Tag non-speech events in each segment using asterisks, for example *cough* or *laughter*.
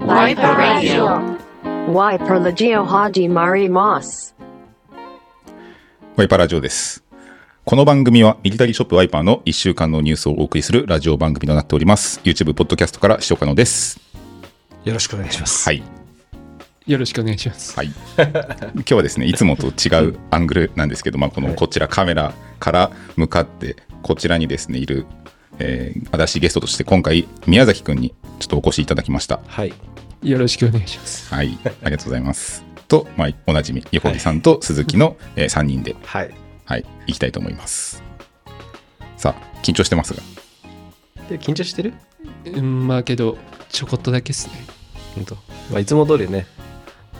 Wiper Radio. Wiper Legio Haji Mari Moss. ワイパーラジオです。この番組はミリタリーショップワイパーの1週間のニュースをお送りするラジオ番組となっております。YouTube、ポッドキャストから視聴可能です。よろしくお願いします。はい。よろしくお願いします。はい。今日はですね、いつもと違うアングルなんですけど、まあ、このこちらカメラから向かって、こちらにですね、いる、えー、私ゲストとして今回、宮崎くんにちょっとお越しいただきました。はい。よろしくお願いします。はい。ありがとうございます。と、まあ、おなじみ、横木さんと鈴木の、え3人で、はい。はい、行きたいと思います。さあ、緊張してますが。で緊張してるうん、まあけど、ちょこっとだけですね。本当。まあ、いつも通りね。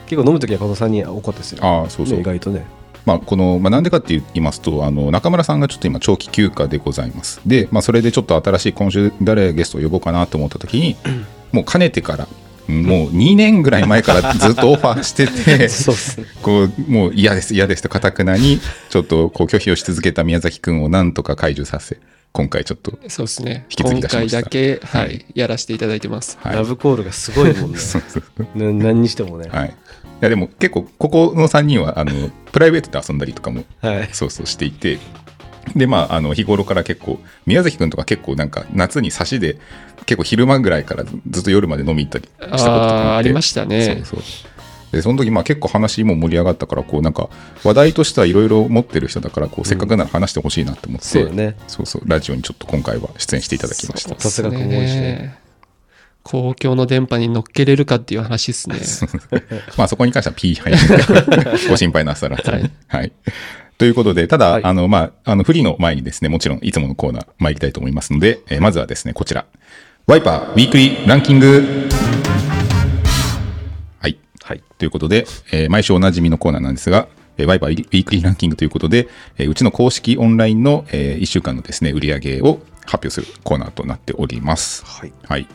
結構飲むときは加藤さんには怒ってですよ。ああ、そうそうね意。外とね。まあ、この、まあ、なんでかって言いますと、あの、中村さんがちょっと今、長期休暇でございます。で、まあ、それでちょっと新しい、今週、誰ゲストを呼ぼうかなと思った時 *clears throat* に、もう、かねてから、うんもう2年ぐらい前からずっとオファーしてて、 *laughs* そうですね。こう、もう嫌です、嫌ですと、かたくなに、ちょっと、こう、拒否をし続けた宮崎くんをなんとか解除させ、今回ちょっと、そうですね。引き継ぎ出今しま回しただけ、はい、はいやらせていただいてます。はいラブコールがすごいもんね。そうそうそうな何にしてもね。はい。いや、でも、結構、ここの3人は、あの、プライベートで遊んだりとかもはい。そうそうしていて。でまあ、あの日頃から結構宮崎君とか結構なんか夏に差しで結構昼間ぐらいからずっと夜まで飲み行ったりしたこととかああ、ありまししたたね。そうそうでその時まあ結構話も盛り上がったからこうなんか話題としてはいろいろ持ってる人だからこうせっかくなら話してほしいなって思って、そうだね。そうそうラジオにちょっと今回は出演していただきましたそうっさすがこう多いしね公共の電波に乗っけれるかっていう話で *laughs* すね。まあそこに関しては P 配信からご心配なさらず、ははいい。ということで、ただ、はいあの、まあ、あの、フリーの前にですね、もちろんいつものコーナー参りたいと思いますので、えーまずはですね、こちら。ワイパーウィークリーランキング。はい。はい。ということで、えー毎週おなじみのコーナーなんですが、えーワイパーウィークリーランキングということで、えーうちの公式オンラインの、え1週間のですね、売り上げを発表するコーナーとなっております。はい。はい。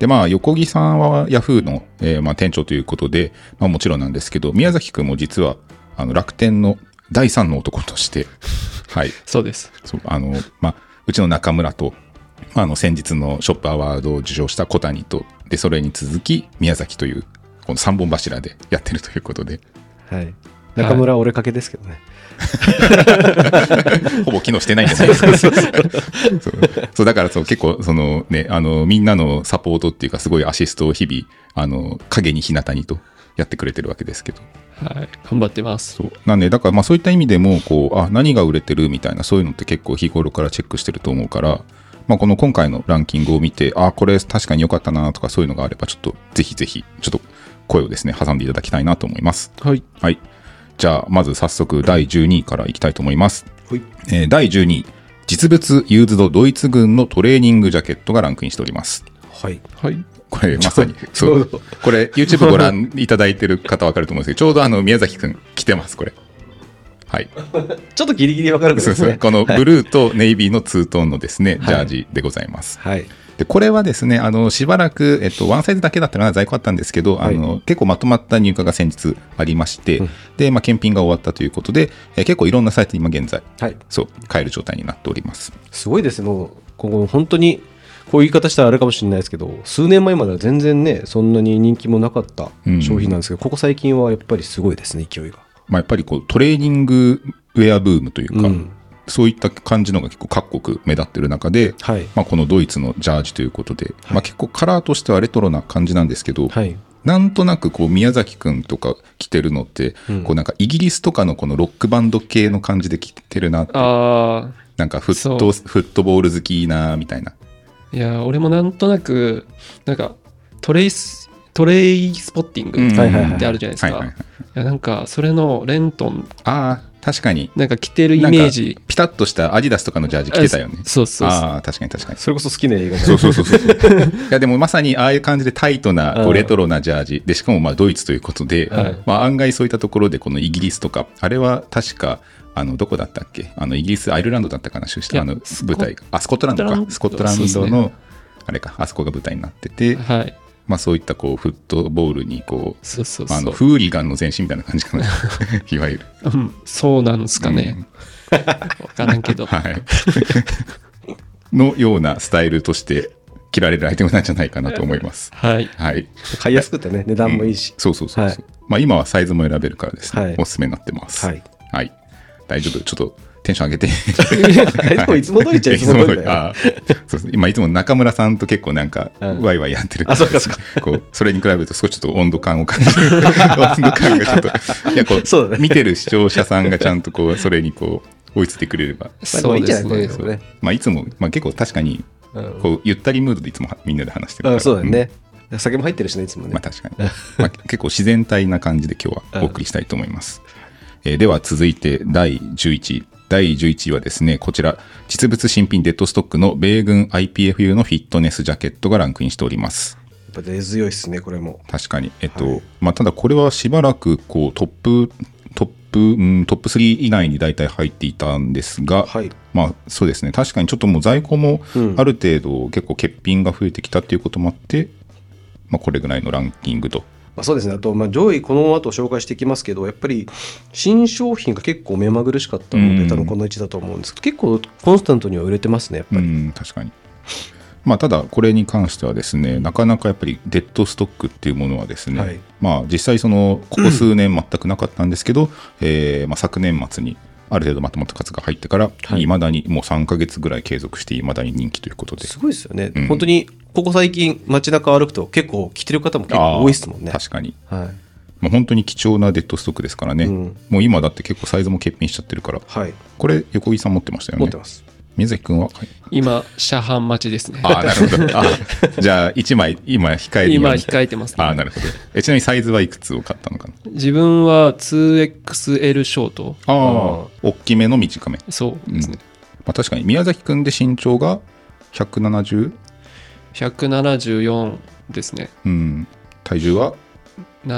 で、まあ、横木さんはヤフーの、えーまあ、店長ということで、まあ、もちろんなんですけど、宮崎くんも実は、あの、楽天の第三の男として、はい。そうです。そう、あの、まあ、うちの中村と、まあ、あの、先日のショップアワードを受賞した小谷と、で、それに続き、宮崎という、この三本柱でやってるということで、はい。中村は俺かけですけどね。ほぼ機能してないんじゃないですか。そうそうだからそう結構そのねあのみんなのサポートっていうかすごいアシストを日々あの影に日向にとやってくれてるわけですけど。はい。頑張ってます。そうなんでだからまあそういった意味でもこうあ何が売れてるみたいなそういうのって結構日頃からチェックしてると思うから。まあ、この今回のランキングを見て、あこれ確かに良かったなとかそういうのがあれば、ちょっとぜひぜひ、ちょっと声をですね、挟んでいただきたいなと思います。はい。はい。じゃあ、まず早速第12位からいきたいと思います。はい。えー第12位、実物ユーズドドイツ軍のトレーニングジャケットがランクインしております。はい。はい。これ、まさに、ちょうどそうこれ、YouTube ご覧いただいてる方わかると思うんですけど、ちょうどあの、宮崎くん、来てます、これ。はい。ちょっとギリギリわかるけどそうですそう。ね。このブルーとネイビーのツートーンのですね、ジャージでございます。はい。で、これはですね、あの、しばらく、えっと、ワンサイズだけだったら在庫あったんですけど、はいあの、結構まとまった入荷が先日ありまして、うんで、まあ、検品が終わったということで、えー結構いろんなサイズ今現在、はい。そう、買える状態になっております。すごいですね。もう、今後本当に、こういう言い方したらあれかもしれないですけど、数年前までは全然ね、そんなに人気もなかった商品なんですけど、ここ最近はやっぱりすごいですね、勢いが。まあ、やっぱりこうトレーニングウェアブームというか、うんそういった感じのが結構各国目立ってる中で、はい。まあ、このドイツのジャージということで、まあ、結構カラーとしてはレトロな感じなんですけど、はい。なんとなくこう宮崎くんとか着てるのって、うんこうなんかイギリスとかのこのロックバンド系の感じで着てるなってあなんかフットフットボール好きなみたいなあ、いや、俺もなんとなく、なんか、トレイス、トレイスポッティングはいはいはいってあるじゃないですか。はいはいはいいやなんかそれのレントンああ確かになんか着てるイメージピタッとしたアディダスとかのジャージ着てたよねあそうそうそうああ確かに確かにそれこそ好きな映画そうそうそうそう。いやでもまさにああいう感じでタイトなこううんレトロなジャージでしかもまあドイツということで、はいまあ、案外そういったところでこのイギリスとかあれは確かあのどこだったっけあのイギリスアイルランドだったかな出い身やあのスコ舞台があスコットランドかススココットットラランンドドそうの、ですあれかあそこが舞台になってて、はいまあ、そういったこうフットボールにこうそうそうまあ、あそのう、フーリガンの前身みたいな感じかないわゆる。うん、そうなんですかね、 *laughs* わからんけどはい、のようなスタイルとして切られるアイテムなんじゃないかなと思います。はい。はい。買いやすくてね、値段もいいし。そうそうそうそう、はいまあ今はサイズも選べるからですね。はいおすすめになってます。はい。はい。大丈夫。ちょっとテンション上げ *laughs* て。でもいつも通り *laughs* っちゃいつも通りだよ。あーそうそう今いつも中村さんと結構なんか、うんワイワイやってるあそうかそうこう、それに比べると少しちょっと温度感を感じ *laughs* る。温度感がちょっと。いや、こう、そうだね見てる視聴者さんがちゃんとこう、それにこう、追いついてくれれば。まあでもいいんじゃないそうですこねういうのね。まあいつも、まあ結構確かに、うんこう、ゆったりムードでいつもはみんなで話してるかうら。ん、そうだよね。酒も入ってるしね、いつもまあね。確かに。 *laughs* まあ、結構自然体な感じで今日はお送りしたいと思います。えーでは続いて第11位。第11位はですね、こちら、実物新品デッドストックの米軍 IPFU のフィットネスジャケットがランクインしております。やっぱ根強いっすね、これも。確かに。えっと、はいまあただこれはしばらくこうトップ、トップ、うん、トップ3以内に大体入っていたんですが、はい。まあそうですね、確かにちょっともう在庫もうんある程度結構欠品が増えてきたっていうこともあって、まあこれぐらいのランキングとまあ、そうですね。あと、まあ、上位この後紹介していきますけど、やっぱり新商品が結構目まぐるしかったので、うん多分この位置だと思うんですけど、結構コンスタントには売れてますね、やっぱうり。ん、確かに。まあ、ただ、これに関してはですね、なかなかやっぱりデッドストックっていうものはですね、はいまあ、実際、その、ここ数年全くなかったんですけど、えーまあ、昨年末に、ある程度まとまった数が入ってから、はいいまだにもう3ヶ月ぐらい継続して、いまだに人気ということで。すごいですよね。うん本当に、ここ最近、街中歩くと、結構着てる方も結構多いですもんねあー。確かに。はい。まあ、本当に貴重なデッドストックですからね、うんもう今だって結構サイズも欠品しちゃってるから、はい。これ、横井さん持ってましたよね。持ってます。水崎君は、はい今、車販待ちですね。ああ、なるほど。あーじゃあ、1枚、今、控えるように今、控えてます、ああ、なるほど。えちなみにサイズはいくつを買ったのかな自分は 2XL ショート。あああ、大きめの短め。そううんですね。まあ、確かに、宮崎くんで身長が 170? 174ですね。うん。体重は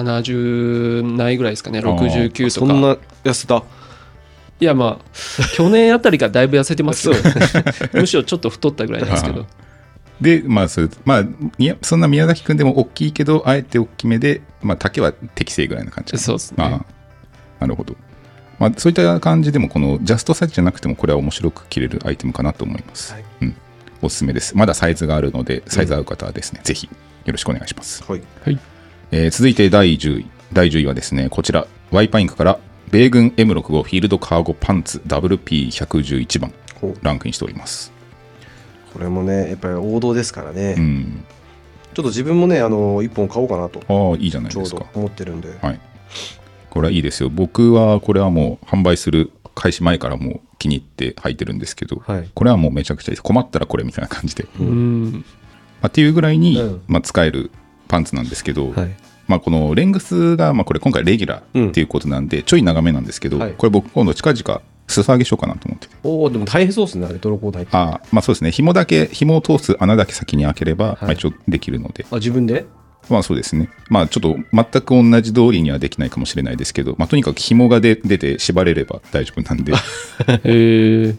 70ないぐらいですかね。あー69そとんか。な痩せた。いや、ま *laughs* あ、去年あたりからだいぶ痩せてますけど *laughs* むしろちょっと太ったぐらいなんですけど。で、まあ、それ、まあ、いやそんな宮崎くんでも大きいけど、あえて大きめで、まあ、丈は適正ぐらいな感じかなそうですねああなるほど。まあ、そういった感じでも、このジャストサイズじゃなくても、これは面白く着れるアイテムかなと思います。はいうん。おすすめです。まだサイズがあるので、サイズ合う方はですね、ぜひ、よろしくお願いします。はい。えー続いて第10位。第10位はですね、こちら、ワイパインクから、米軍 M65 フィールドカーゴパンツ WP111 番、こうランクインしております。これもね、やっぱり王道ですからね。うん。ちょっと自分もね、あの、一本買おうかなと、ああ、いいじゃないちょでうすどか。思ってるんで。はい。これはいいですよ。僕は、これはもう、販売する開始前からもう気に入って履いてるんですけど、はいこれはもうめちゃくちゃいいです。困ったらこれみたいな感じで。まうん。あ、っていうぐらいに、うんまあ、使えるパンツなんですけど、はい。まあ、このレングスが、まあ、これ今回レギュラーっていうことなんで、ちょい長めなんですけど、はいこれ僕今度近々裾上げしようかなと思ってておお、でも大変そうですね、あれ、泥棒入って。ああまあそうですね紐だけ紐を通す穴だけ先に開ければ、まあ、一応できるのであ、自分でまあそうですねまあちょっと全く同じ通りにはできないかもしれないですけど、まあ、とにかく紐がで出て縛れれば大丈夫なんでってえー、いう感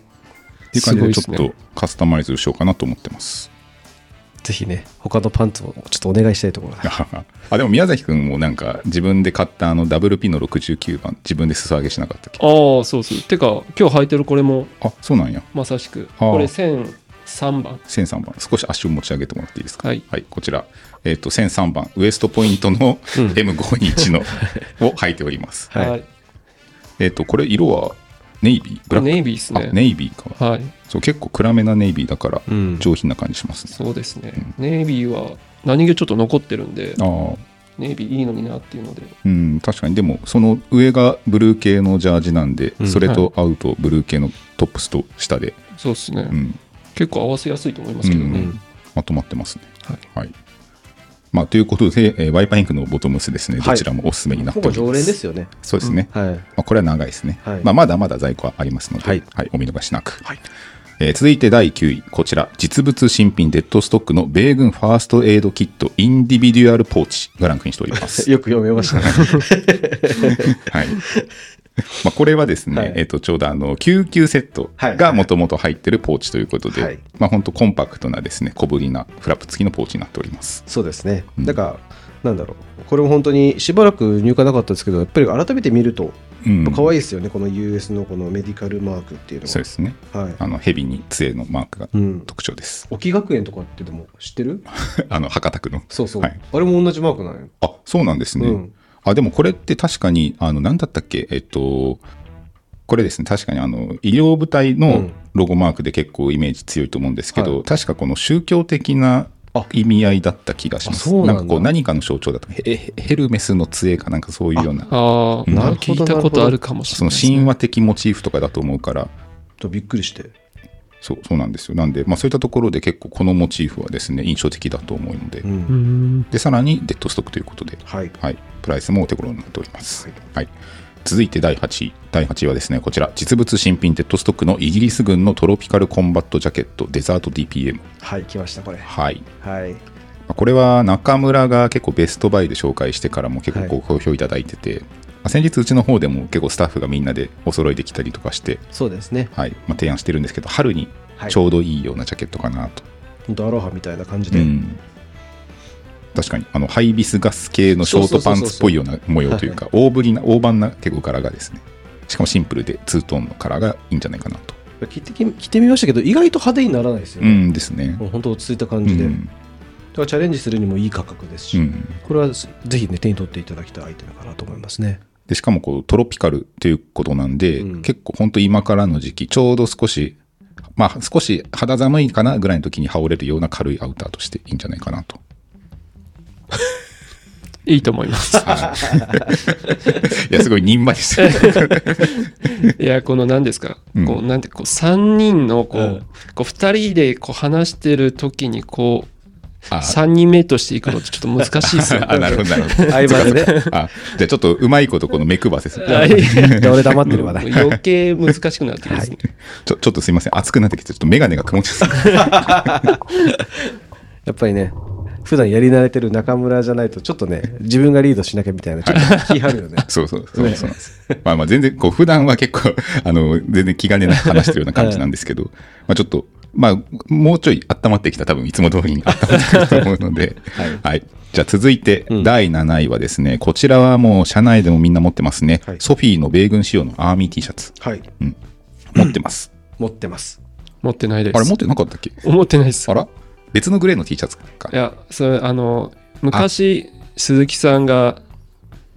じすごいでっちすょねっとカスタマイズしようかなと思ってますぜひね、他のパンツをちょっとお願いしたいところだ。あでも宮崎君もなんか自分で買ったあの WP の69番自分で裾上げしなかったっけああ、そうそう。てか、今日履いてるこれもあそうなんやまさしく、あーこれ1003番。 1003番、少し足を持ち上げてもらっていいですか。はいこちら、えっ、と、1003番、ウエストポイントの M521 *laughs* の、を履いております。はいはい。えっ、と、これ、色はネイビー、ブラックネイビーですあね。ネイビーか。はい。そう、結構暗めなネイビーだから、うん上品な感じしますね。そうですね。ネイビーは何気ちょっと残ってるんで、ああ、ネイビーいいのになっていうので。うん、確かに。でも、その上がブルー系のジャージなんで、うんそれと合うとブルー系のトップスと下で、そうですね、うん、結構合わせやすいと思いますけどね。うんまとまってますね。はい。はい。まあ、ということで、えーワイパインクのボトムスですね、はどいちらもおすすめになってほおりぼます。常連ですよね。そうですね。はい。まあ、これは長いですね、はいまあ、まだまだ在庫はありますので、ははいいお見逃しなく、はいえー続いて第9位こちら実物新品デッドストックの米軍ファーストエイドキットインディビデュアルポーチがランクインしており *laughs* ます、よく読めました *laughs* ね。はいまあ、これはですね、はいえー、とちょうどあの救急セットはいがもともと入ってるポーチということで、はいまあ、本当コンパクトなですね小ぶりなフラップ付きのポーチになっておりますそうですね。うんだから、なんだろうこれも本当にしばらく入荷なかったですけどやっぱり改めて見るとうん可愛いですよね、この US のこのメディカルマークっていうのそうですね。は、はいあの、蛇に杖のマークがうん、特徴です。沖学園とかってでも知ってるあの、博多区の。そうそう、はいあれも同じマークなんよ、あ、そうなんですね。うんあ、でもこれって確かに、あの、なんだったっけ、えっと、これですね、確かにあの、医療部隊うのんロゴマークで結構イメージ強いと思うんですけど、はい確かこの宗教的なあ意味合いだった気がします。あそうなんだかこう何かの象徴だったヘヘヘルメスの杖かなんかそういうような、ああ、なるほど聞いたことあるかもしそれのないですね、神話的モチーフとかだと思うから、とびっくりしてそうそうなんですよ。なんで、まあ、そういったところで結構このモチーフはですね、印象的だと思うので、うんうーん。で、さらにデッドストックということで、はいはい、プライスもお手頃になっております。はい、続いて第8位。第8位はですね、こちら、実物新品デッドストックのイギリス軍のトロピカルコンバットジャケット、デザート DPM。はい来ましたこれはい。はいこれは中村が結構ベストバイで紹介してからも結構ご好評いただいてて、まあ先日うちの方でも結構スタッフがみんなでお揃いできたりとかして、そうですねはいまあ、提案してるんですけど、春にはいちょうどいいようなジャケットかなと。本当アロハみたいな感じで、うん確かにあのハイビスガス系のショートパンツっぽいような模様というか大ぶりな大判な結構柄がですねしかもシンプルでツートーンの柄がいいんじゃないかなと着てき着てみましたけど意外と派手にならないですようね、んですねもう本当落ち着いたう感じで、ん、だからチャレンジするにもいい価格ですうし、ん、これはぜひね手に取っていただきたいアイテムかなと思います *laughs* ねでしかもこうトロピカルということなんで、うん結構本当今からの時期ちょうど少しまあ少し肌寒いかなぐらいの時に羽織れるような軽いアウターとしていいんじゃないかな *laughs* といいと思 *laughs* います。はいいやすごいにんまり *laughs* してるいや、この何ですか、うんこう、なんて、こう、3人の、こう、うんこう2人で、こう、話してる時に、こう、あ3人目としていくのってちょっと難しいですよ *laughs* あなるほどなるほど相場でねあじゃあちょっとうまいことこの目くばせするはじいゃあ俺黙ってるわな余計難しくなってきますね。ちょちょっとすいません熱くなってきてちょっと眼鏡が曇っちゃったやっぱりね、普段やり慣れてる中村じゃないと、ちょっとね、自分がリードしなきゃみたいな、ちょっと気張る *laughs* よね。そうそうそうそうなんですまあまあ全然こう普段は結構あの全然気兼ねなく話してるような感じなんですけど、まあちょっとまあもうちょい温まってきたら多分いつも通りに温まってくると思うので、はい、じゃあ続いてうん第7位はですね、こちらはもう社内でもみんな持ってますね、はいソフィーの米軍仕様のアーミー T シャツはい、持ってます、持ってます。持ってないです。あれ持ってなかったっけ思ってないです。あら別のグレーの T シャツかいや、それ、あの、昔、鈴木さんが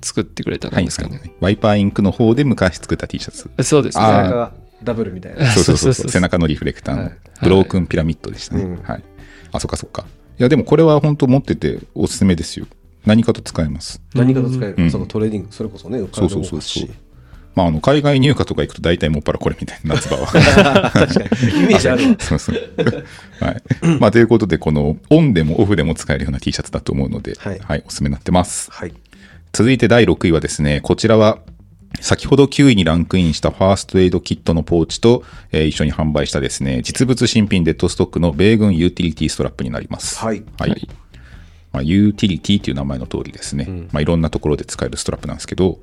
作ってくれたはんいですかね。はいワイパーインクの方で昔作った T シャツそうです背ね。あー中がダブルみたいな。そうそうそうそうそうそう背中のリフレクターの、はいブロークンピラミッドでしたね、うんはいあそっかそっかいやでもこれは本当持ってておすすめですよ何かと使えます何かと使える、うんそのトレーニング、それこそね、そうそうそうそうまああの海外入荷とか行くと大体もっぱらこれみたいな夏場は確かに、イメージあるわ。そうそう *laughs* はいまあということでこのオンでもオフでも使えるような T シャツだと思うので、はいおすすめになってますはい、続いて第6位はですねこちらは先ほど9位にランクインしたファーストエイドキットのポーチと、えー一緒に販売したですね実物新品デッドストックの米軍ユーティリティストラップになりますはいはいはいまあ、ユーティリティという名前の通りですね、まあ、いろんなところで使えるストラップなんですけど、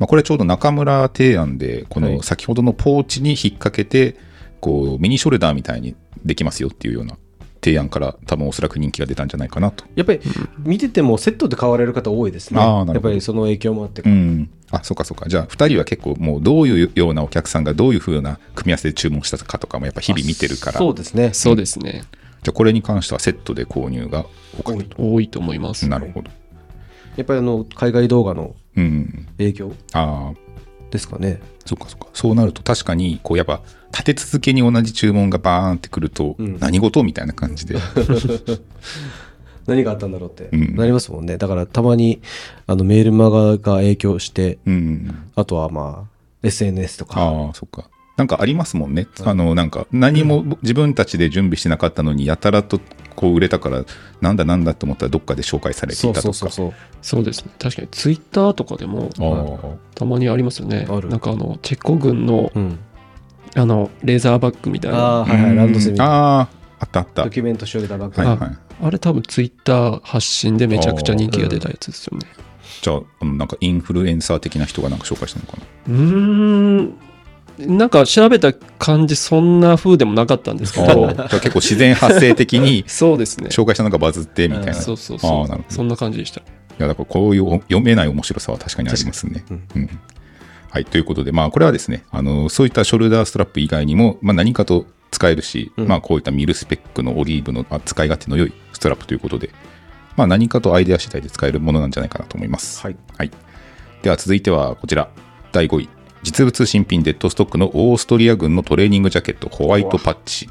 まあ、これちょうど中村提案でこはいの先ほどのポーチに引っ掛けてこうミニショルダーみたいにできますよっていうような提案から多分おそらく人気が出たんじゃないかなとやっぱり見ててもセットで買われる方多いですね。あーなるやっほどぱりその影響もあって、うん。あ、そうかそうか。じゃあ、2人は結構もうどういうようなお客さんがどういうふうな組み合わせで注文したかとかもやっぱ日々見てるから、じそうですね。そうですね。ゃあこれに関してはセットで購入が多かっ多いと思います。た。なるほど。やっぱりあの海外動画のうん。影響ああ、ですかね。そうかそうか。そうなると確かに、こうやっぱ立て続けに同じ注文がバーンってくると、うん何事みたいな感じ *laughs* で。何があったんだろうって、うんなりますもんね。だからたまにあのメールマガが影響して、うん。あとはまあ SNS とか。ああ、そっか。なんかありますもんね。あの、なんか何も自分たちで準備してなかったのに、やたらとこう売れたから、なんだなんだと思ったらどっかで紹介されてそいうたそとうそうか。そう。そうですね。確かに、ツイッターとかでも、ああ。たまにありますよね。あるなんか、あの、チェコ軍の、うん、あの、レーザーバッグみたいな。ああーはいはういんランドセミドああ、あったあった。キュメントしようでたばっかはいりはい。あれ多分ツイッター発信でめちゃくちゃ人気が出たやつですよね。じゃあ、あのなんかインフルエンサー的な人がなんか紹介したの *laughs* かな。うーん。なんか調べた感じそんな風でもなかったんですけあどーだから結構自然発生的に *laughs* そうですね紹介したのがバズってみたいな。そうそうあそあなるほうそんな感じでしたや、だからこういうお読めない面白さは確かにありますね。確うんはい、ということで、まあ、これはですねあの、そういったショルダーストラップ以外にも、まあ、何かと使えるし、うんまあ、こういったミルスペックのオリーブのあ使い勝手の良いストラップということで、まあ、何かとアイデア次第で使えるものなんじゃないかなと思います。はい。はい、では続いてはこちら第5位実物新品デッドストックのオーストリア軍のトレーニングジャケットホワイトパッチ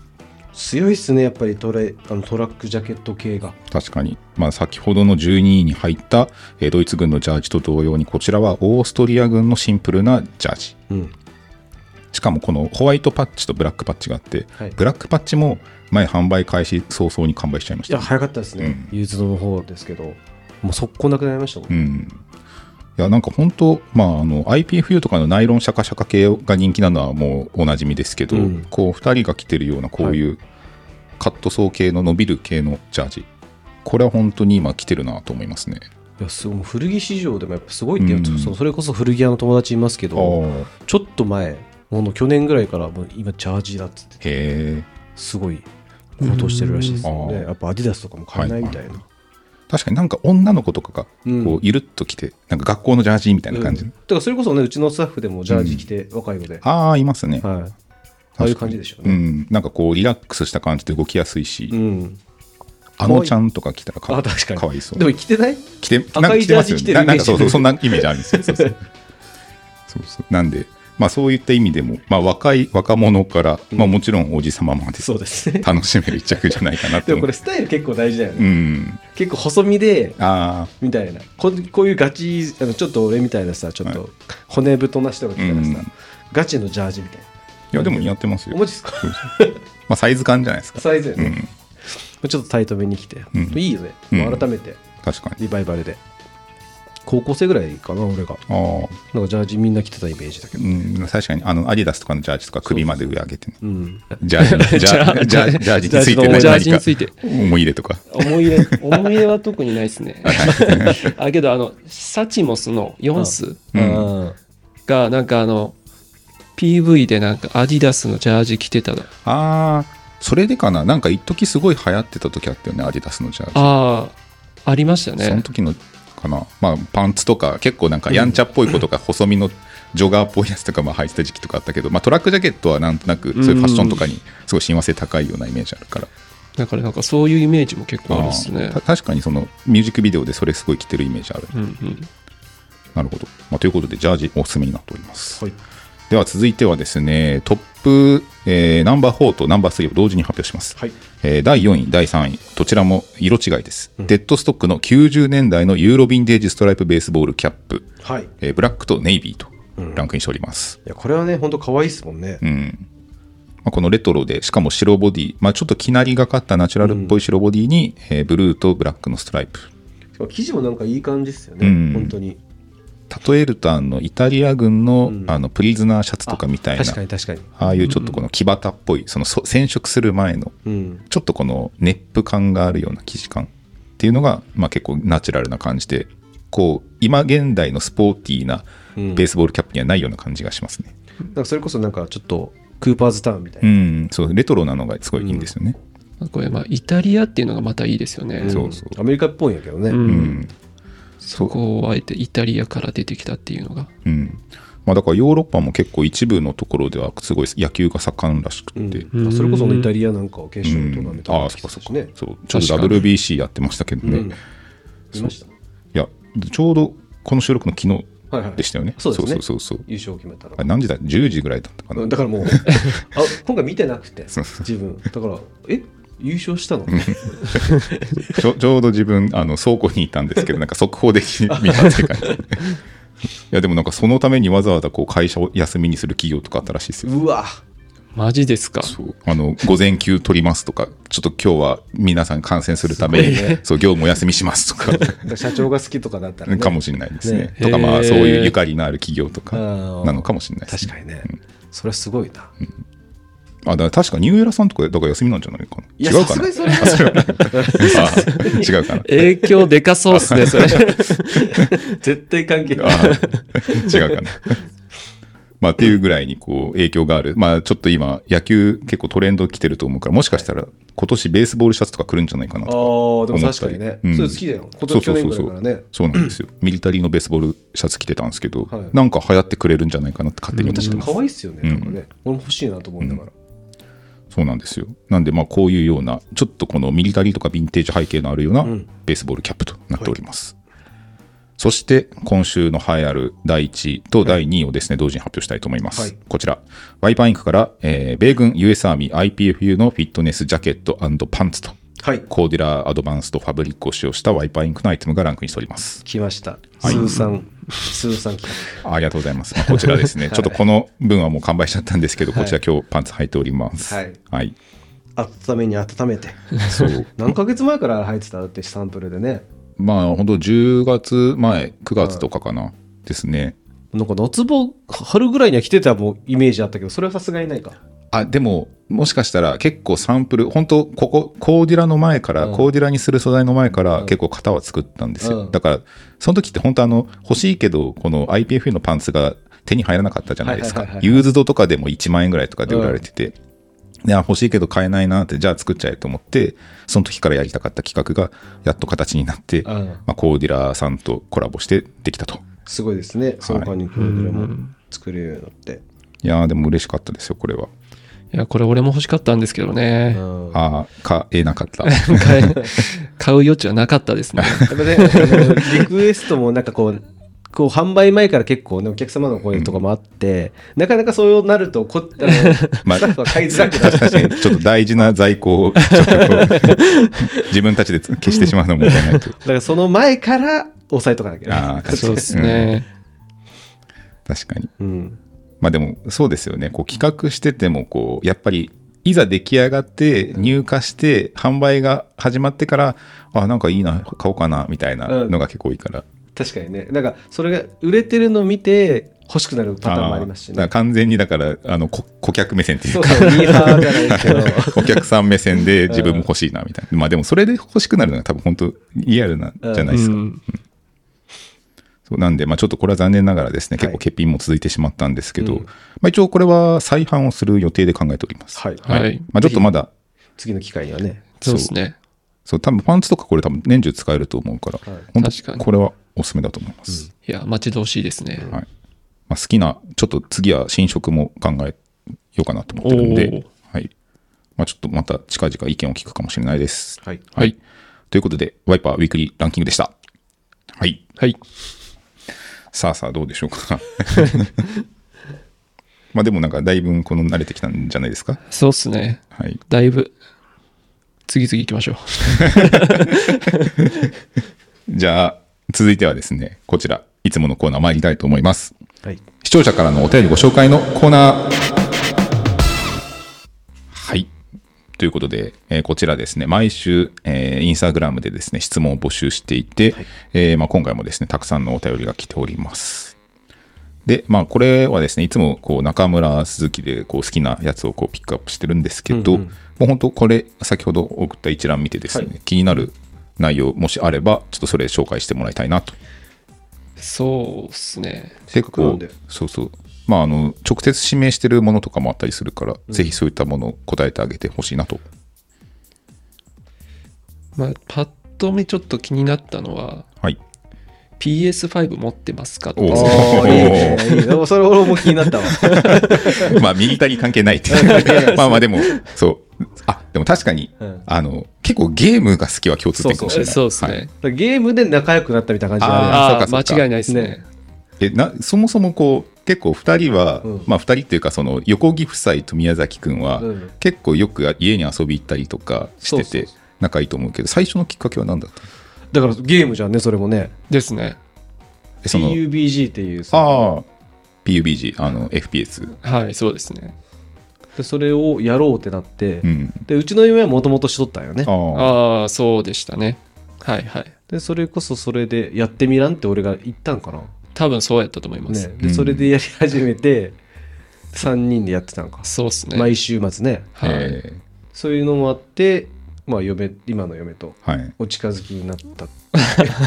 強いっすね、やっぱりトレあのトラックジャケット系が。確かに、まあ、先ほどの12位に入った、えードイツ軍のジャージと同様にこちらはオーストリア軍のシンプルなジャージうん。しかもこのホワイトパッチとブラックパッチがあって、はいブラックパッチも前販売開始早々に完売しちゃいましいたや、ね、早かったですね。ユーズドの方ですけど、もう速攻なくなりましたもん。うんいやなんか本当、まあ、あの IPFU とかのナイロンシャカシャカ系が人気なのはもうおなじみですけど、うんこう2人が着てるようなこういうカットソー系の伸びる系のジャージこれは本当に今着てるなと思いますねいやすごいもう古着市場でもやっぱすごいってやつ、うんそうそれこそ古着屋の友達いますけあどーちょっと前もう去年ぐらいからもう今ジャージだっつってへえすごい高騰してるらしいですようんあねーやっぱアディダスとかも買えないみたいな、は確かになんか女の子とかがうんこうゆるっと着て、なんか学校のジャージみたいな感じ、うんだからそれこそねうちのスタッフでもジャージ着て、若い子で、はい、ああいますね、ああいう感じでしょううね、ん、なんかこうリラックスした感じで動きやすいし、うんあのちゃんとか着たらかあ確かにかわいそうでも着てない着て、赤いなんか着てますよジャージ着てね。るな *laughs* イなメージんかそうそう、そんなイメージあるんですよ。そうそうそうそうなんで、まあそういった意味でも、まあ若い、若者から、まあもちろんおじ様までそうですね楽しめる一着じゃないかなってで思もこうれ。スタイル結構大事だよね、うん。結構細身であみたいなここういうガチあのちょっと俺みたいなさちょっはと骨太な人が着たらさ、うんガチのジャージみたいなあ、いやでも似合ってますよ。お持ちですかまあサイズ感じゃないですか。サイズやうね、ん。ちょっとタイトめに来て、うんいいよね、うんもう改めて確かに。リバイバルで高校生ぐらいかな俺あがあ、なんかジャージみんな着てたイメージだけうどん、確かに、あの、アディダスとかのジャージとか首まで上上げてね。うんジャージ *laughs* の、ジャージ、ジャージジャージについてねジャージについて何か思い入れとか。思い *laughs* 入れ、思い入れは特にないですね。あけど、あの、サチモスの4スうんあが、なんかあの、PV でなんかアディダスのジャージ着てたの。ああ、それでかな。なんか一時すごい流行ってた時あったよね、アディダスのジャージ。ああ、ありましたそのね。時のかな、まあ、パンツとか結構なんかやんちゃっぽい子とか細身のジョガーっぽいやつとかまあ履いてた時期とかあったけど、まあ、トラックジャケットはなんとなくそういうファッションとかにすごい親和性高いようなイメージあるから、だからなんかそういうイメージも結構あるっすねた。確かにそのミュージックビデオでそれすごい着てるイメージある、うんうん。なるほど、まあ、ということでジャージおすすめになっております、はいでは続いてはですねトップ、えーナンバー4とナンバー3を同時に発表します、はいえー第4位、第3位、どちらも色違いです、デッドストックの90年代のユーロヴィンテージストライプベースボールキャップ、はいいえーブラックとネイビーとランクインしております。やこれはねほんと可愛いっすもんね、うんまあ、このレトロで、しかも白ボディ、まあ、ちょっときなりがかったナチュラルっぽい白ボディに、えーブルーとブラックのストライプ。しかも生地もなんかいい感じっすよね、うん本当に例えるとあのイタリア軍の,、うんあのプリズナーシャツとかみたいな確かに確かにああいうちょっとこの木端っぽいそのそ染色する前のうんちょっとこのネップ感があるような生地感っていうのが、まあ、結構ナチュラルな感じでこう今現代のスポーティーなベうんースボールキャップにはないような感じがしますね。なんかそれこそなんかちょっとクーパーズタウンみたいうな、ん、そうレトロなのがすごいいいんですよね。これ、まあ、イタリアっていうのがまたいいですよねん。そうそうアメリカっぽいんやけどね、うんうんそこをあえてイタリアから出てきたっていうのが。うんまあ、だからヨーロッパも結構一部のところではすごい野球が盛んらしくて、うんうんうんそれこそあのイタリアなんかは決勝トーナメントああもそっ来かてたそっしか、ねそうちょうど確かに WBC やってましたけどね、うんい見ましたやちょうどこの収録の昨日はいはいでしたよね、そうですねそうそうそう優勝を決めたのあれ何時だ10時ぐらいだったかな、うんだか *laughs* らもうあ今回見てなくてそうそう自分だからえ優勝したのちょちょうど自分あの倉庫にいたんです *laughs* けどなんか速報で見たって感じいやでもなんかそのためにわざわざこう会社を休みにする企業とかあったらしいですようわマジですか。そうあの午前休取りますとかちょっと今日は皆さん感染するために、すごいねそう業務お休みしますとか社長が好きとかだったら、ね、かもしれないですねねとかまへあーそういうゆかりのある企業とかあーなのかもしれないです、確かにね、それはすごいな、あだから確かニューエラさんとかだから休みなんじゃないかないや違うかなさすが *laughs* にあそれ *laughs* はあ違うかな影響でかそう *laughs* っすね、それ。絶対関係ないあー違うかな *laughs* まあっていうぐらいにこう影響がある。まあちょっと今野球結構トレンド来てると思うから、もしかしたら今年ベースボールシャツとか来るんじゃないかなあと。あ、でも思確ったかりにね。うんそれ好きだよ。今そう年そ去うそ年うぐらそいからねう。。そうなんですよ。ミリタリーのベースボールシャツ着てたんですけどはい、なんか流行ってくれるんじゃないかなって勝手に確私かてにます可愛いっすよね。なんかね。俺も欲しいなと思うんだから。そうなんですよ。なんで、まあ、こういうような、ちょっとこのミリタリーとかヴィンテージ背景のあるようなうんベースボールキャップとなっております。そして、今週の栄えある第1位と第2位をですね、同時に発表したいと思います。はいこちら、ワイパーインクから、えー米軍 US アーミー IPFU のフィットネスジャケットパンツと、はい。コーデュラーアドバンストファブリックを使用したワイパーインクのアイテムがランクインしております。来ました。スーさん、スーさん来ありがとうございます。まあこちらです *laughs* ね。ちょっとこの分はもう完売しちゃったんですけど、はいこちら今日パンツ履いております。はいはい。た。温めに温めて。そう。何ヶ月前から入ってただってサンプルでね。まあ、本当10月前、9月とかかな。ですね。なんか夏場、春ぐらいには来てたもうイメージあったけど、それはさすがにないか。あ、でも、もしかしたら結構サンプル、本当ここ、コーディラの前から、うんコーディラにする素材の前からん結構型は作ったんですよ。うんだから、その時って本当あの、欲しいけど、この IPFA のパンツが手に入らなかったじゃないですかはいはい。はいはいユーズドとかでも1万円ぐらいとかで売られてて。いや欲しいけど買えないなってじゃあ作っちゃえと思ってその時からやりたかった企画がやっと形になって、うんまあ、コーディラさんとコラボしてできたとすごいですね。その間にこれでも作れるようになって。いやーでも嬉しかったですよこれは、いや、これ俺も欲しかったんですけどね。うんああ買えなかった *laughs* 買え買う余地はなかったで *laughs* すね。やっぱね、 *laughs* あのリクエストもなんかこう、こう販売前から結構ね、お客様の声とかもあって、なかなかそうなるとこ、あのまあスタッフは買いづらく *laughs* なる。確かにちょっと大事な在庫 *laughs* をちょっとこう自分たちで消してしまうのもったいないとだからその前から押さえとかなきゃあねあ確かそうにですね。確かにうん。まあでもそうですよねこう企画しててもこうやっぱりいざ出来上がって入荷して販売が始まってからあなんかいいな買おうかなみたいなのが結構多いから、確かにね。なんかそれが売れてるのを見て欲しくなるパターンもありますしだからね。完全にだからあのこ顧客目線っていそううかそう、ミーハーじゃないけど。お客さん目線で自分も欲しいなみたいなまあでもそれで欲しくなるのが多分本当リアルなんじゃないですか、うんそうなんで、まあ、ちょっとこれは残念ながらですね、はい結構欠品も続いてしまったんですけど、うんまあ、一応これは再販をする予定で考えております。 *laughs* はいはいまあ、ちょっとまだ、次の機会にはね。そうですね。そう、多分パンツとかこれ多分年中使えると思うから、はい本当確かにこれはおすすめだと思います。いや、待ち遠しいですね。はいまあ、好きな、ちょっと次は新色も考えようかなと思ってるんで、はいまあ、ちょっとまた近々意見を聞くかもしれないです。はい。はい。ということで、ワイパーウィークリーランキングでした。はい。はい。さあさあどうでしょうか *laughs* まあでもなんかだいぶこの慣れてきたんじゃないですかそうですね。はいだいぶ、次々行きましょう。じゃあ続いてはですねこちらいつものコーナー参りたいと思いますはい。視聴者からのお便りご紹介のコーナーはいということで、えーこちらですね、毎週、えーインスタグラムでですね、質問を募集していて、えーまあ、今回もですね、たくさんのお便りが来ております。で、まあ、これはですね、いつもこう中村、鈴木でこう好きなやつをこうピックアップしてるんですけど、もう本当、これ、先ほど送った一覧見てですね、は気になる内容、もしあれば、ちょっとそれ紹介してもらいたいなとそうですね。結せっかくな構んでそうそうまああの直接指名してるものとかもあったりするから、ぜひそういったものを答えてあげてほしいなとまあ、パッと見ちょっと気になったのは、はい *laughs* PS5 持ってますかとおかーあそあ、いいね。いいね。でもそれ俺も気になった *laughs* わ。まあ右に関係 *laughs* ないってまあまあでもそうあでも確かに、うんあの結構ゲームが好きは共通点かもしれうないそうですね。はいゲームで仲良くなったみたいな感じだね。あーそうあかあ、そ間うか違いないですね。ねえなそもそもこう結構2人は、うんまあ2人っていうかその横木夫妻と宮崎君は、うん結構よく家に遊び行ったりとかしてそうそうてそ仲いいと思うけど最初のきっかけは何だったのだからゲームじゃんね、それもね。ですね。えその PUBG っていうさああ PUBG あの FPS はい、そうですね。でそれをやろうってなって、うんでうちの嫁はもともとしとったんよねああああ、そうでしたね。はいはい。でそれこそそれでやってみらんって俺が言ったんかな、多分そうやったと思いまねす。、でうんそれでやり始めて3人でやってたんか、そうですね。毎週末ねはい、えそういうのもあってまあ嫁今の嫁とーはい、お近づきになった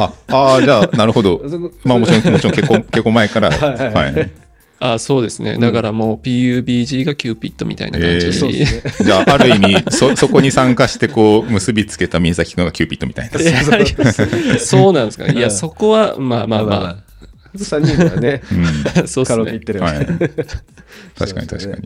ああーじゃあなるほど *laughs* そこまあもちろんもちろん結婚結婚前からはい、はいはいあそうですね。だからもう PUBG がキューピッドみたいな感じ、えーそうですね。じゃあ、ある意味、そ、そこに参加して、こう、結びつけた宮崎のがキューピットみたいな。いやありますそうなんですか。いや、そこは、まあまあまあ、 3人 *laughs* がね、うそうでカすラオケね行っ。てん。る。はい。確かにそうで確すかね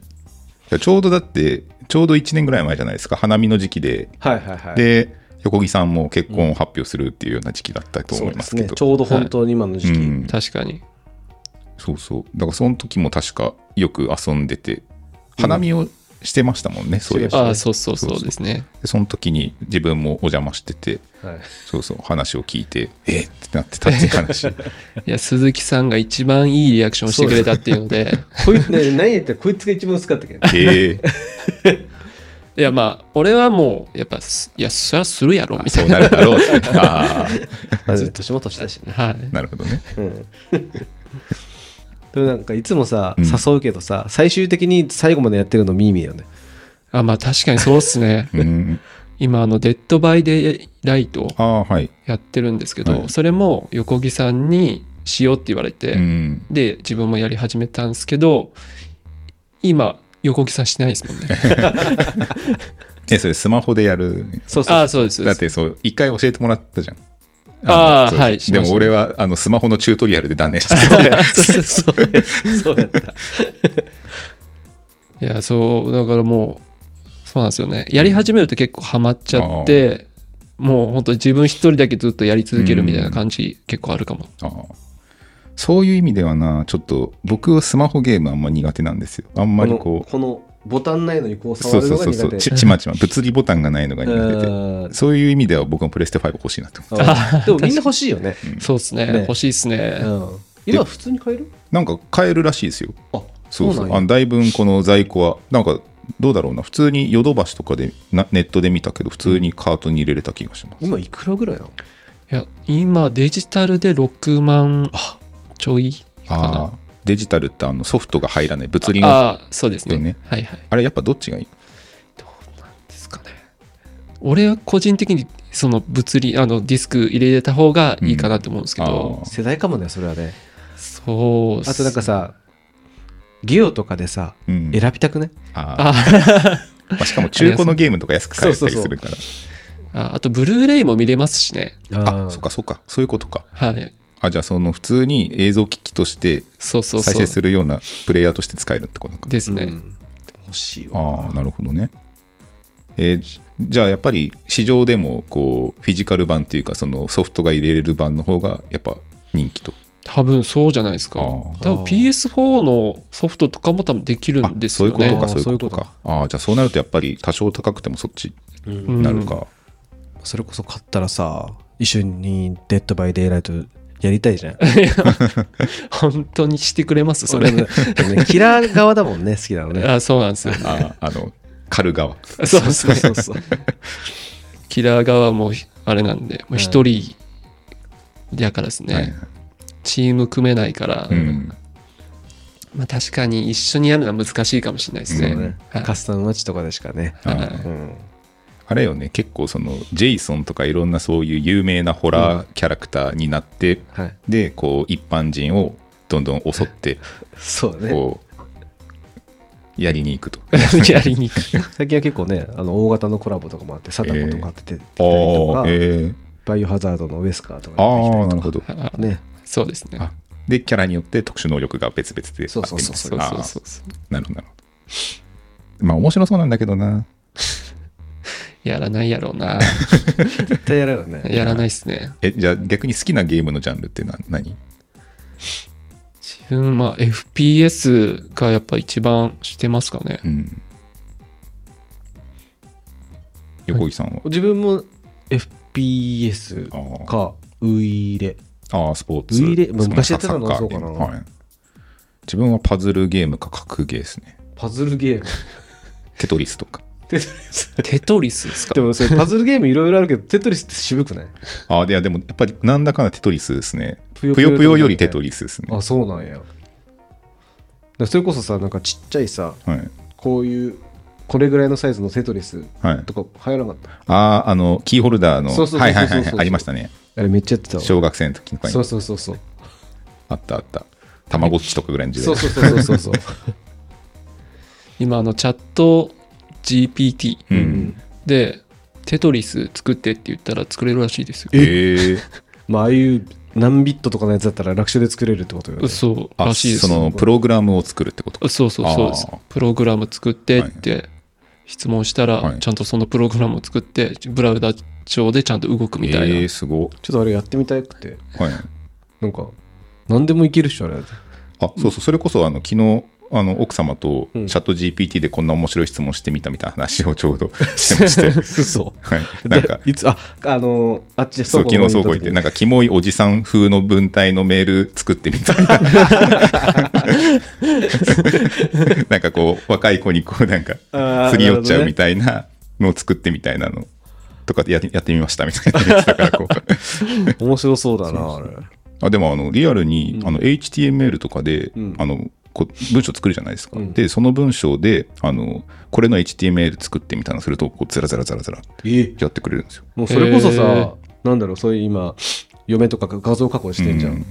に。ちょうどだって、ちょうど1年ぐらい前じゃないですか、花見の時期で、はいはいはい。で、横木さんも結婚を発表するっていうような時期だったと思いますけそうでねど。ちょうど本当に今の時期。うん確かに。そうそう。だからその時も確かよく遊んでて、花見をしてましたもんね、そういえば。ああ、そうそうそうですね。でその時に自分もお邪魔してて、はいそうそう、話を聞いて、えーってなってたっていう話。いや、鈴木さんが一番いいリアクションしてくれたっていうので、こいつね、何言ってこいつが一番薄かったけど。ええいや、まあ、俺はもう、やっぱす、いや、そりゃするやろ、みたそいうな。なるだろう。ああ、ずっと年も年だしね。はい。なるほどね。うん。でもなんかいつもさ、うん誘うけどさ、最終的に最後までやってるのミーミーよね。あ、まあ、確かにそうっすね。 *laughs* うん。今、あの、デッドバイデイライトをああ、はい。やってるんですけど、はいそれも横木さんにしようって言われて、うん。で、自分もやり始めたんですけど、今、横木さんしないですもんね。え、それスマホでやる。そうそう。ああ、そうです。そうだでっすて、そう、一回教えてもらったじゃん。ああのそうはいしでましたも俺は、あの、スマホのチュートリアルで断念した。 *laughs* そうそうそうやった。いや、そう、だからもう、そうなんですよね。やり始めると結構ハマっちゃって、もう本当自分一人だけずっとやり続けるみたいな感じ、結構あるかも。 *laughs* ああそういう意味ではな、ちょっと、僕はスマホゲームあんま苦手なんですよ。あんまこりのこう、このボタンないのにこうそ触うるそのうがそうそう苦ち、手。ちまちま、物理ボタンがないのが苦手で。うんそういう意味では僕もプレステ5欲しいなと思って。あでもみんな欲しいよね。そうですね。ね欲しいですね。うん今普通に買えるなんか買えるらしいですよ。あそうそうなんやあのだいぶんこの在庫は、なんかどうだろうな、普通にヨドバシとかでなネットで見たけど、普通にカートに入れれた気がします。今いくらぐらいなのいや、今、デジタルで6万ちょいかな。ああ、デジタルってあのソフトが入らない、物理が。あああ、そうですね。よねはいはい。れ、やっぱどっちがいいどうなんですかね。俺は個人的にその物理、あのディスク入れれた方がいいかなと思うんですけど、あー世代かもね、それはね。そうっすあとなんかさ、ゲオとかでさ、うん選びたくねああ *laughs* ーまあしかも中古のゲームとか安く買えたりするから。ああと、ブルーレイも見れますしね。あ、あそっかそっか、そういうことか。はい。あ、じゃあその普通に映像機器としてそうそう再そう生。するようなプレイヤーとして使えるってことか。ですね。うん欲しいわ。ああ、なるほどね。えーじゃあやっぱり市場でもこうフィジカル版っていうかそのソフトが入れれる版の方がやっぱ人気と。多分そうじゃないですか。あー多分 PS4 のソフトとかも多分できるあんですそういようことね。かあーそういうことか。ああー、じゃあそうなるとやっぱり多少高くてもそっちになるか。それこそ買ったらさ、一緒にデッドバイデイライトやりたいじゃん。 *laughs* 本当にしてくれますそ俺れ。もでもねキラー側だもんね、好きなの *laughs* ね。あそうなんですよ。あーあの、狩る側。そうですね。そうそうそう。キラー側もあれなんで、もう一人だからですね、はいチーム組めないから、うん。まあ確かに一緒にやるのは難しいかもしれないですね。そうねはいカスタムマッチとかでしかね。あはいーうん。あれよね、結構そのジェイソンとかいろんなそういう有名なホラーキャラクターになって、はい。で、こう一般人をどんどん襲って、そうだね。こう、やりに行くと。 *laughs* やりにくい。最近は結構ね、あの大型のコラボとかもあって、サタコとかって出てきたりとあかあ、、ええバイオハザードのウェスカーとか出てきあたあ、りなとるほど。あかね。そうですね。あで、キャラによって特殊能力が別々でそうそうそうそうそうそうそう。あなるほど、なるほど。まあ、面白そうなんだけどな。やらないやろうな。絶対やらないよね。やらないっすね。え、じゃあ逆に好きなゲームのジャンルってな何自分、まあ FPS がやっぱ一番してますかね。うん。横井さんは、自分も FPS ああかウイレああ、スポーツ。ウイレまあその昔やってたのサッカーそうかなはい。自分はパズルゲームか格ゲーですね。パズルゲームテトリスとか。テトリステトリスです *laughs* かでもそれパズルゲームいろいろあるけどテトリスって渋くないああ、いや、でもやっぱりなんだかんだテトリスですね。ぷぷよぷよよりテトリスですねあ。そうなんやだからそれこそさなんかちっちゃいさはい。こういうこれぐらいのサイズのテトリスはい。とか流行らなかったああ、あの、キーホルダーの。そうそうそうそうはいはいはいはそい。うそうそうありましたね。あれめっちゃやってたわ小学生の時とかにそうそうそうそうあったあった。たまごっちとかぐらいの時そ代うそうそうそう *laughs* そう。今あのチャット GPT う。うんでテトリス作ってって言ったら作れるらしいですよえー、まあ、ああいう何ビットとかのやつだったら楽勝で作れるってことよね。そうあらしいですそのプログラムを作るってことかそうそうそうですあープログラム作ってって質問したら、はいちゃんとそのプログラムを作ってブラウザ上でちゃんと動くみたいな、えー、すごちょっとあれやってみたくて、はいなんか、何でもいけるっしょ、あれ。あそうそうそれこそあの昨日あの奥様とチうャんット GPT でこんな面白い質問してみたみたいな話をちょうどしてま *laughs* して、 *laughs* 嘘。はい、なんかでいつ、あ、あの、あっちでそう昨日倉庫行ってなんかキモいおじさん風の文体のメール作ってみた *laughs* いななんかこう若い子にこうなんかあーすり寄っちゃうみなたいなのを作ってみたいなのとかややってみましたみたいなやつだから *laughs* こう。るほどね面白そうだな、あれ。あでもあのリアルに、あの HTML とかで、うんあのこう文章作るじゃないですか、うんでその文章であのこれの HTML 作ってみたいなのするとこうずらずらずらずらえやってくれるんですよ。もうそれこそへーさ、なんだろう、そういう今、嫁とかが画像加工してんじゃん。うん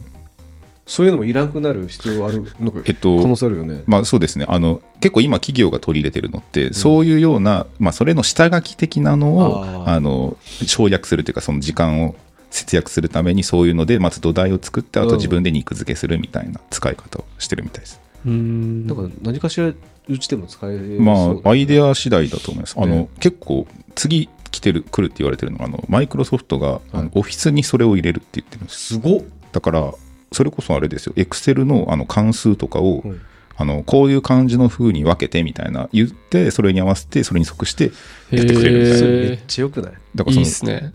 そういうのもいらなくなる必要あるのか、えっと可能性あるよね。まあそうですねあの結構今企業が取り入れてるのって、そういうような、まあ、それの下書き的なのをああーの省略するというかその時間を節約するためにそういうのでまず土台を作ってあうとん自分で肉付けするみたいな使い方をしてるみたいです。うーんだから何かしらうちでも使える、まあ、アイアデア次第だと思います。あの、ね結構、次来てる、来るって言われてるのが、あの、マイクロソフトが、あのはいオフィスにそれを入れるって言ってるんです。すごっ、だから、それこそあれですよ、エクセルのあの関数とかを、うんあのこういう感じの風に分けてみたいな言ってそれに合わせてそれに即してやってくれるんですよへーめっちゃよくないだからいそいっのすね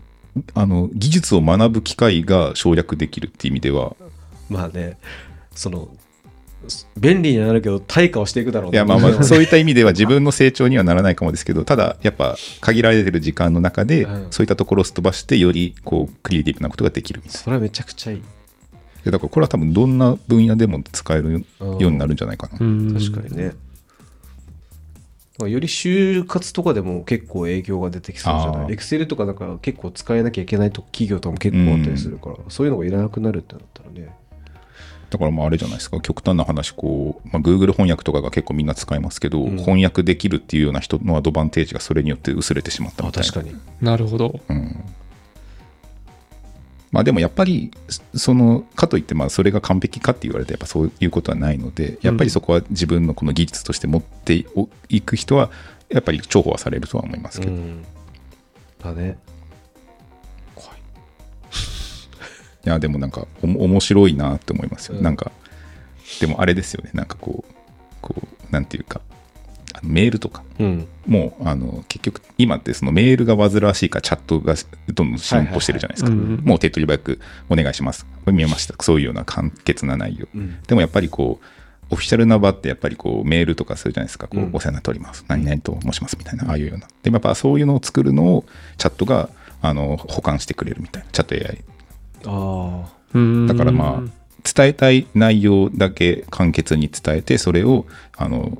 あの技術を学ぶ機会が省略できるっていう意味ではまあねそのす便利にはなるけど対価をしていくだろういや *laughs* まあまあそういった意味では自分の成長にはならないかもですけどただやっぱ限られてる時間の中でうんそういったところをすっ飛ばしてよりこうクリエイティブなことができるみたいなそれはめちゃくちゃいいいやだからこれは多分どんな分野でも使えるようんうになるんじゃないかな。確確かにね、だからより就活とかでも結構影響が出てきそうじゃあなーいエクセルとかなんか結構使えなきゃいけないと企業とかも結構あったりするから、そういうのがいらなくなるってなったらねだからまああれじゃないですか極端な話こう、まあ、Google 翻訳とかが結構みんな使いますけど、ん翻訳できるっていうような人のアドバンテージがそれによって薄れてしまったみたいな。確かになるほどうんまあ、でもやっぱりそのかといってまあそれが完璧かって言われてやっぱそういうことはないのでやっぱりそこは自分のこの技術として持っていく人はやっぱり重宝はされるとは思いますけど、うんだねいやでもなんかおも面白いなって思いますよ、うんなんかでもあれですよねなんかこうこうなんていうかあのメールとかうんもうあの結局今ってそのメールが煩わしいからチャットがどんどん進歩してるじゃないですか、はいはいはいうんもう手っ取り早くお願いします見えましたそういうような簡潔な内容、うんでもやっぱりこうオフィシャルな場ってやっぱりこうメールとかするじゃないですかこう、うんお世話になっております何々と申しますみたいなああいうようなでもやっぱそういうのを作るのをチャットがあの保管してくれるみたいなチャット AI ああだだからまあ伝えたい内容だけ簡潔に伝えてそれをあの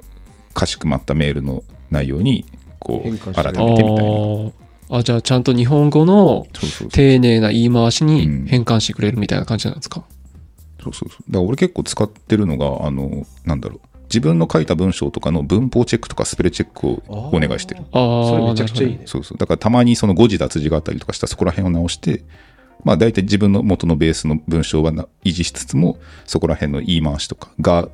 かしくまったメールの内容にこう変換して改あめてみたいな。ーあじゃあちゃんと日本語のそうそうそう丁寧な言い回しうんに変換してくれるみたいな感じなんですか、そうそうそうだから俺結構使ってるのがあのなんだろう自分の書いた文章とかの文法チェックとかスペルチェックをお願いしてるああそれめちゃくちゃいいねそうそうだからたまにその誤字脱字があったりとかしたらそこら辺を直してまあ大体自分の元のベースの文章はな維持しつつもそこら辺の言い回しとかが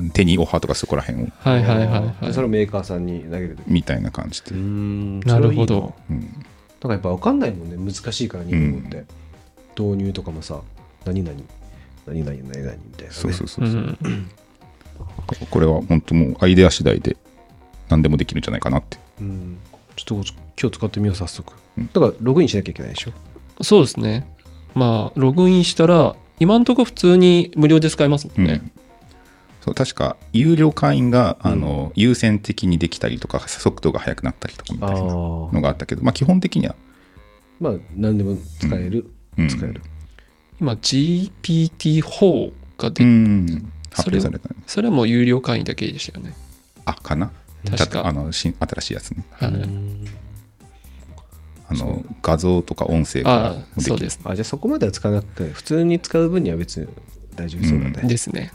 ん手にオハとかそこら辺をはいはいはいはいそれをメーカーさんに投げるときみたいな感じでんなるほどうんだからやっぱ分かんないもんね難しいから日本語って、導入とかもさ何々何々何々みたいな、ね、そうそうそうう、んこれは本当もうアイデア次第で何でもできるんじゃないかなってうんちょっと今日使ってみよう早速、うんだからログインしなきゃいけないでしょそうですねまあログインしたら今のところ普通に無料で使えますもんね、そう確か有料会員が、あの優先的にできたりとか速度が速くなったりとかみたいなのがあったけどまあ基本的にはまあ何でも使える、うん使える今 GPT-4 がうで、ん発表されたねそれはもう有料会員だけでしたよねあかな確かちゃんとあの新新しいやつねはいあの画像とか音声からあもあできるそうですあじゃあそこまでは使わなくて普通に使う分には別に大丈夫そうだね、ですね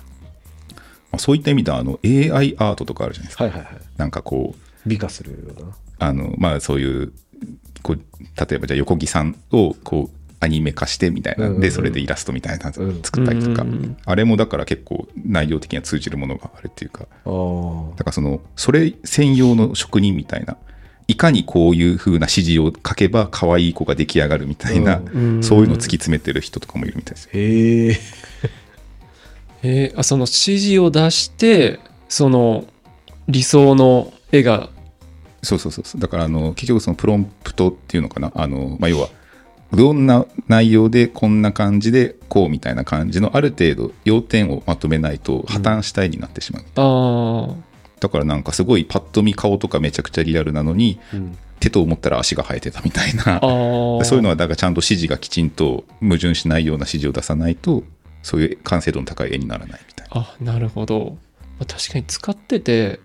まあ、そういった意味ではあの AI アートとかあるじゃないですか。はいはいはい。なんかこう、美化するような。あの、まあそういう、こう、例えばじゃあ横木さんをこう、アニメ化してみたいな。うんうんうで、んそれでイラストみたいなのを作ったりとか、うんうんうんあれもだから結構内容的には通じるものがあるっていうか、あだからその、それ専用の職人みたいな、いかにこういう風な指示を書けば可愛い子が出来上がるみたいな、うんそういうのを突き詰めてる人とかもいるみたいですよ。へえ。えーあその指示を出してその理想の絵がそうそうそうそう。だからあの、結局そのプロンプトっていうのかな、あの、まあ、要は、どんな内容でこんな感じでこうみたいな感じのある程度要点をまとめないと破綻したいになってしまう、あーだからなんかすごいパッと見顔とかめちゃくちゃリアルなのにうん手と思ったら足が生えてたみたいなあーそういうのはだからちゃんと指示がきちんと矛盾しないような指示を出さないとそういう完成度の高い絵にならないみたいな。あなるほど、まあ、確かに使ってて、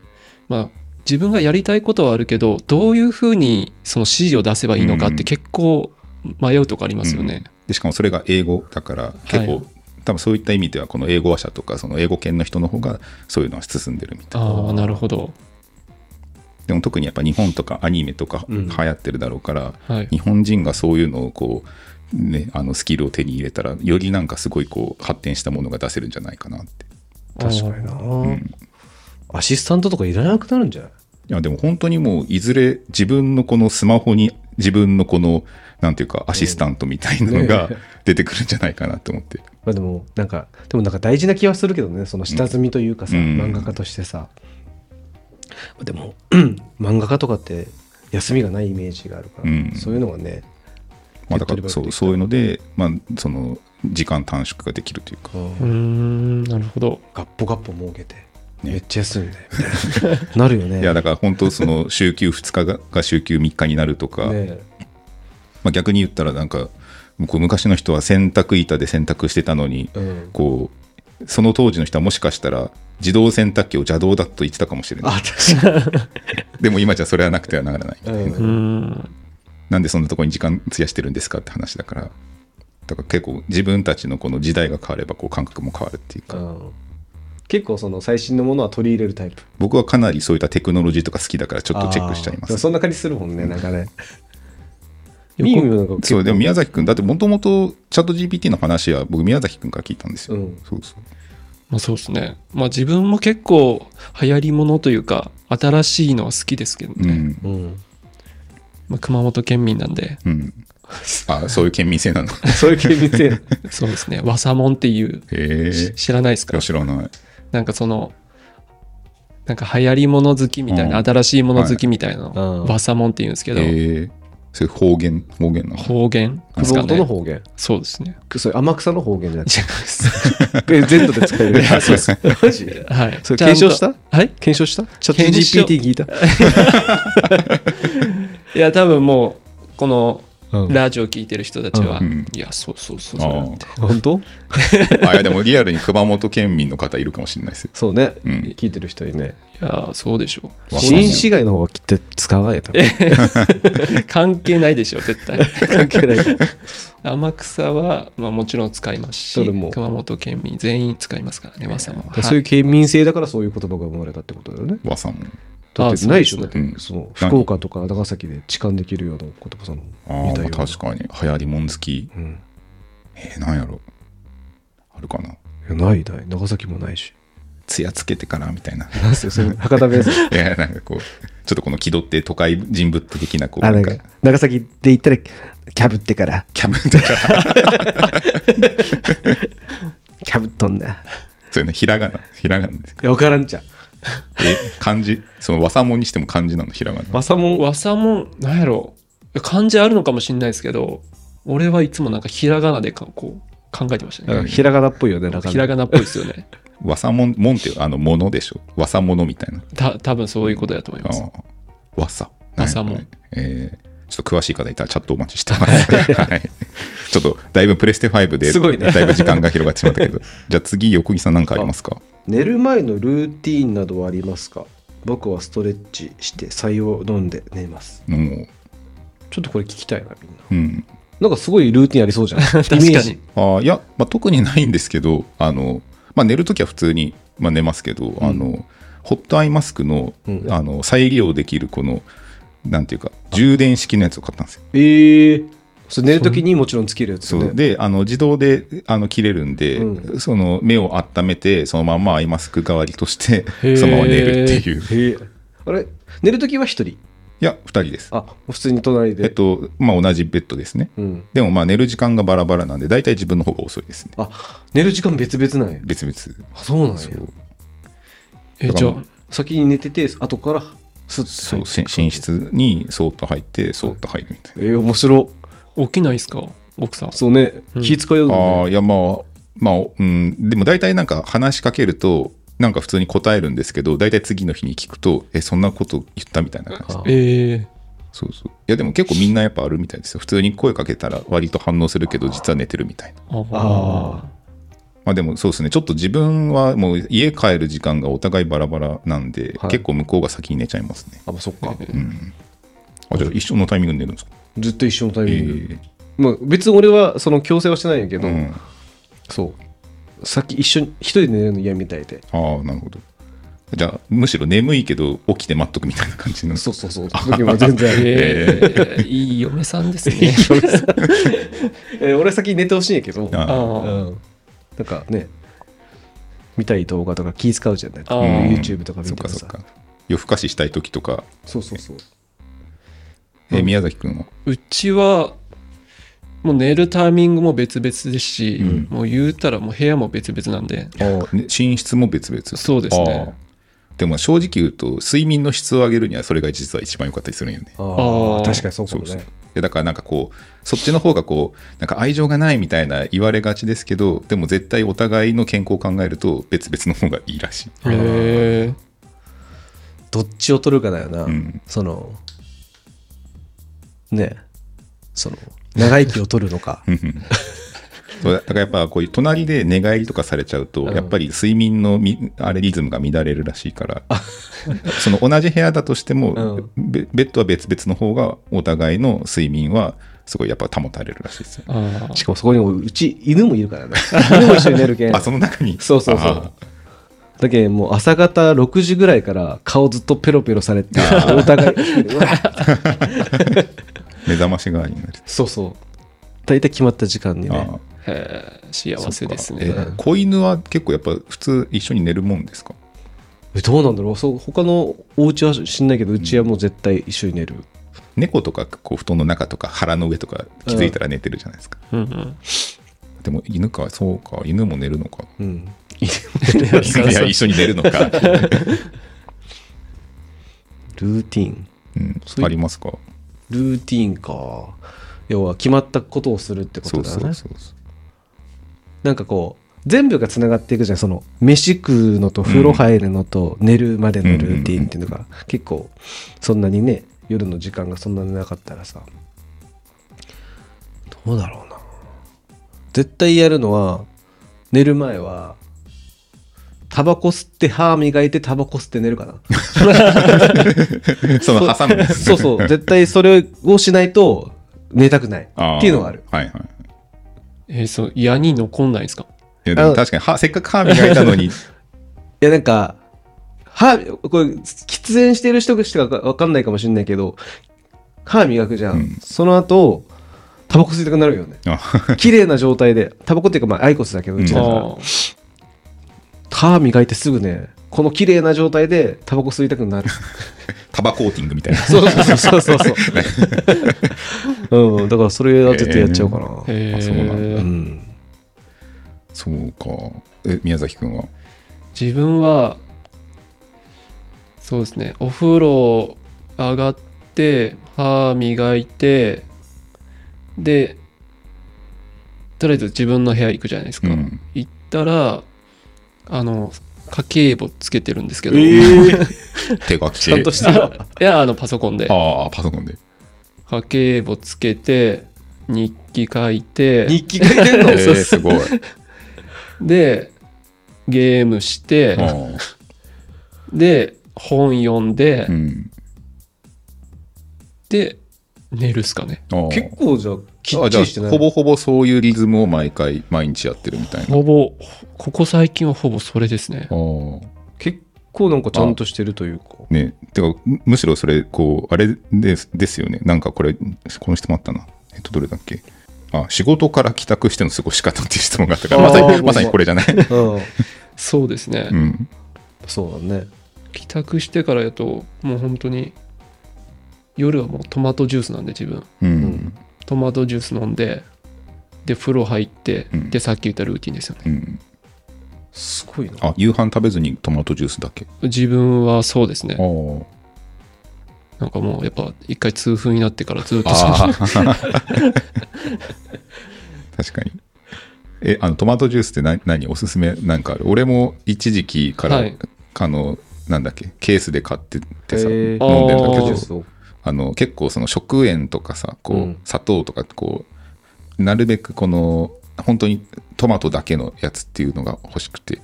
まあ、自分がやりたいことはあるけどどういうふうにその指示を出せばいいのかっうんて結構迷うとこありますよね。でしかもそれが英語だから結構、はい多分そういった意味ではこの英語話者とかその英語圏の人の方がそういうのは進んでるみたいああなるほど。でも特にやっぱ日本とかアニメとかうん流行ってるだろうから、はい日本人がそういうのをこう、ね、あのスキルを手に入れたらよりなんかすごいこう発展したものが出せるんじゃないかなって。確かにな、んアシスタントとかいらなくなるんじゃないいやでも本当にもういずれ自分のこのスマホに自分のこのなんていうかアシスタントみたいなのがね *laughs* 出てくるんじゃないかなと思って。まあでもなんかでもなんか大事な気はするけどねその下積みというかさ、うん漫画家としてさでも *clears throat* 漫画家とかって休みがないイメージがあるから、うんそういうのはねまあ、だか手っ取りら早そうくできたそういうので、まあ、その時間短縮ができるというか。うーんなるほど。ガッポガッポ儲けて、めっちゃ安いんだよみたいななるよね *laughs* いやだから本当その週休2日がが週休3日になるとか、ねまあ、逆に言ったらなんかこう昔の人は洗濯板で洗濯してたのに、うんこうその当時の人はもしかしたら自動洗濯機を邪道だと言ってたかもしれないあ確かでも今じゃそれはなくてはならない、に、うーうんんなんでそんなとこに時間費やしてるんですかって話だからだから結構自分たちのこの時代が変わればこう感覚も変わるっていうかうん結構その最新のものは取り入れるタイプ僕はかなりそういったテクノロジーとか好きだからちょっとチェックしちゃいまあーすそんな感じするもんねなんかね横ミームなんか結構そうでも宮崎君だってもともとチャット GPT の話は僕宮崎君から聞いたんですよ、うんそうそうまあ、そうですね。まあ自分も結構流行りものというか新しいのは好きですけどうね。ん、うんまあ、熊本県民なんでうん、あそういう県民性 *laughs* *laughs* なのそういう系見てるそうですね。わさもんっていうへえし知らないですいかや知らないなんかそのなんか流行りもの好きみたいな、うん新しいもの好きみたいなの、はいうんバサモンって言うんですけど、へえそれ方言方言なの方言です熊か本のね方言そうですねくそれ天草の方言じゃなくて違いますえ全土で使えるやそうですマジはいそれちゃん検と証したはい検証したチャッ検証ト GPT 聞いた、いや多分もうこのうんラジオ聞いてる人たちは、うんうんいやそうそうそうそうって本当あいやでもリアルに熊本県民の方いるかもしれないですよ。そうね、うん聞いてる人にねいやそうでしょわかんない新市街の方がきっと使わないとう関係ないでしょ *laughs* 絶対関係ないから天草は、まあ、もちろん使いますそれしも熊本県民全員使いますからねわさもんはそういう県民性だからそういう言葉が生まれたってことだよね和さんも。だってないでしょあだそうですっねてその福岡とか長崎で痴漢できるような言葉そのあ似たあ、ような確かに。流行りもん好き。うんえー、なんやろ。あるかな。いやないない長崎もないしつやつけてからみたいな。 *laughs* なんすよそれ博多弁ですいや、なんかこう、ちょっとこの気取って都会人ぶって的な、こう、あななんんかか、長崎で行ったらキャブってからキャブとか、キャブっとんなそういうの、ひらがな、ひらがなです。いや分からんじゃんえ、漢字その和さもんにしても漢字なの、ひらがな。マサモンわさもん、なんやろ。漢字あるのかもしれないですけど、俺はいつもなんかひらがなでかこう考えてましたね。うんひらがなっぽいよねなんかねひらがなっぽいですよ *laughs* ね。和さもん、もんっていう、あの、ものでしょ。和さものみたいな。た多分そういうことだと思います。ああ。わさ。和さもんえーちょっと詳しい方いたらチャットお待ちしてます。 *laughs* はい。ちょっと、だいぶプレステ5で、すごいねだいぶ時間が広がってしまった *laughs* けど。じゃあ次、横木さん何かありますか寝る前のルーティーンなどはありますか僕はストレッチして採用を飲んで寝ますもう。ちょっとこれ聞きたいなみんうなん。なんかすごいルーティンありそうじゃん *laughs* 確確かに。あーいや、まあ、特にないんですけど、あの、まあ、寝るときは普通に、まあ、寝ますけど、あのホットアイマスクの,、うんあの再利用できるこのなんていうか充電式のやつを買ったんですよ。ええそれ寝るときにもちろんつけるやつそねうであの自動であの切れるんで、うその目を温めてそのままアイマスク代わりとしてへーそのまま寝るっていういへえあれ寝るときは一人や2人ですあ普通に隣で、えっとまあ同じベッドですねうん、でもまあ寝る時間がバラバラなんで大体自分の方が遅いですねあ寝る時間別々なんや別々あそうなんやそうえだかじらゃあ先に寝てて後からスッとそう入って寝寝室にそーっと入ってそーっと入るみたいえー、面白起きないですか奥さんそうね、うん気使うよな、あねあいやまあまあうんでも大体なんか話しかけるとなんか普通に答えるんですけど大体次の日に聞くとえそんなこと言ったみたいな感じあえそうそういやでも結構みんなやっぱあるみたいですよ普通に声かけたら割と反応するけど実は寝てるみたいなー、あああまあでもそうですねちょっと自分はもう家帰る時間がお互いバラバラなんで、はい結構向こうが先に寝ちゃいますねあまあそっかあじゃあ一緒のタイミングで寝るんですか、ずっと一緒のタイえミング、まあ、別に俺はその強制はしてないんやけえど、うん、そうさっき一緒に一人で寝るの嫌みたいでああなるほどじゃあむしろ眠いけど起きて待っとくみたいな感じのそうそうそう時も全然ある *laughs* えー、いい嫁さんですねえー俺は先に寝てほしいんやけど、ああうあん、なんかね見たい動画とか気使うじゃないあうん YouTube とか見そてっかたらそさっか夜更かししたい時とか、そうそうそうえうん宮崎君はうちはもう寝るタイミングも別々ですし、うんもう言うたらもう部屋も別々なんであね寝室も別々そうですねああでも正直言うと睡眠の質を上げるにはそれが実は一番良かったりするんよねああー確かにそうかそもうそういねやだからなんかこうそっちの方がこうなんか愛情がないみたいな言われがちですけどでも絶対お互いの健康を考えると別々の方がいいらしいへえどっちを取るかだよな、うんそのねその長生きを取るのかそうだからやっぱこういう隣で寝返りとかされちゃうと、うんやっぱり睡眠のみあれリズムが乱れるらしい *laughs* からその同じ部屋だとしても、べベッドは別々の方がお互いの睡眠はすごいやっぱ保たれるらしいですよ、あしかもそこにもうち犬もいるからね犬も一緒に寝るけ *laughs* んあその中にそうそうそうあだけんもう朝方6時ぐらいから顔ずっとペロペロされてお互 *laughs* いうわー目覚まし代わりになるそうそう大体決まった時間にねあーへー幸せですーえね子犬は結構やっぱ普通一緒に寝るもんですかえどうなんだろうそう他のお家は知んないけどうちはもう絶対一緒に寝る、猫とかこう布団の中とか腹の上とか気づいたら寝てるじゃないですか、うんうんでも犬かそうか犬も寝るのかうん、 *laughs* いや一緒に寝るのか、ルーティンうんそういうありますかルーティンか要は決まったことをするってこそとうだそようねそうそうなんかこう全部がつながっていくじゃんその飯食うのと風呂入るのと寝るまでのルーティンっていうのが結構そんなにね夜の時間がそんなになかったらさどうだろうな絶対やるのは寝る前はタバコ吸って歯磨いてタバコ吸って寝るかなその挟むんですねそ *laughs* うそう絶対それをしないと寝たくないあーっていうのはある。はいはい。えーそう矢に残んないですかいやでもあの確かに歯せっかく歯磨いたのに、 *laughs* いやなんか、歯、これ、喫煙してる人しかわかんないかもしれないけど、歯磨くじゃん。うんその後、タバコ吸いたくなるよね。あ *laughs* 綺麗な状態で、タバコっていうか、まあ、アイコスだけど、うちあだから、ー歯磨いてすぐね、この綺麗な状態でタバコ吸いたくなる。タバコーティングみたいな。そうそうそうそう *laughs* そう。うん、だからそれは絶対やっちゃうかな。へーあそうなんうん。そうか。え、宮崎くんは自分はそうですねお風呂上がって歯磨いてでとりあえず自分の部屋行くじゃないですか、うん行ったらあの家計簿つけてるんですけど、手書き *laughs* ちゃんとしてるわ。いやあのパソコンでああ、パソコンで。家計簿つけて日記書いて日記書いてんのえー、すごい。でゲームしてあーで本読んで、うんで寝るっすかね。あー結構じゃあ、きあじっちゃりしてあない。ほぼほぼそういうリズムを毎回毎日やってるみたいなほぼ、ここ最近はほぼそれですねあ。ー結構なんかちゃんとしてるというか。ねてかむむしろそれこうあれですですよねなんかこれこの質問あったなえっとどれだっけあ仕事から帰宅しての過ごし方っていう質問があったからまさあにーまさにこれじゃ *laughs* ない、うん。そうですね。うん、そうだね。帰宅してからやと、もう本当に、夜はもうトマトジュースなんで自分。うんんトマトジュース飲んで、で、風呂入って、うんで、さっき言ったルーティンですよね。うん、すごいな。あ夕飯食べずにトマトジュースだけ自分はそうですあね。ーなんかもう、やっぱ、一回痛風になってからずっとそあう。ー *laughs* 確かにえあのトマトジュースって何何おすすめなんかある俺も一時期から、はいあのなんだっけケースで買ってってさ、へー飲んでんだけあどーあの結構その食塩とかさこう、うん砂糖とかこうなるべくこの本当にトマトだけのやつっていうのが欲しくて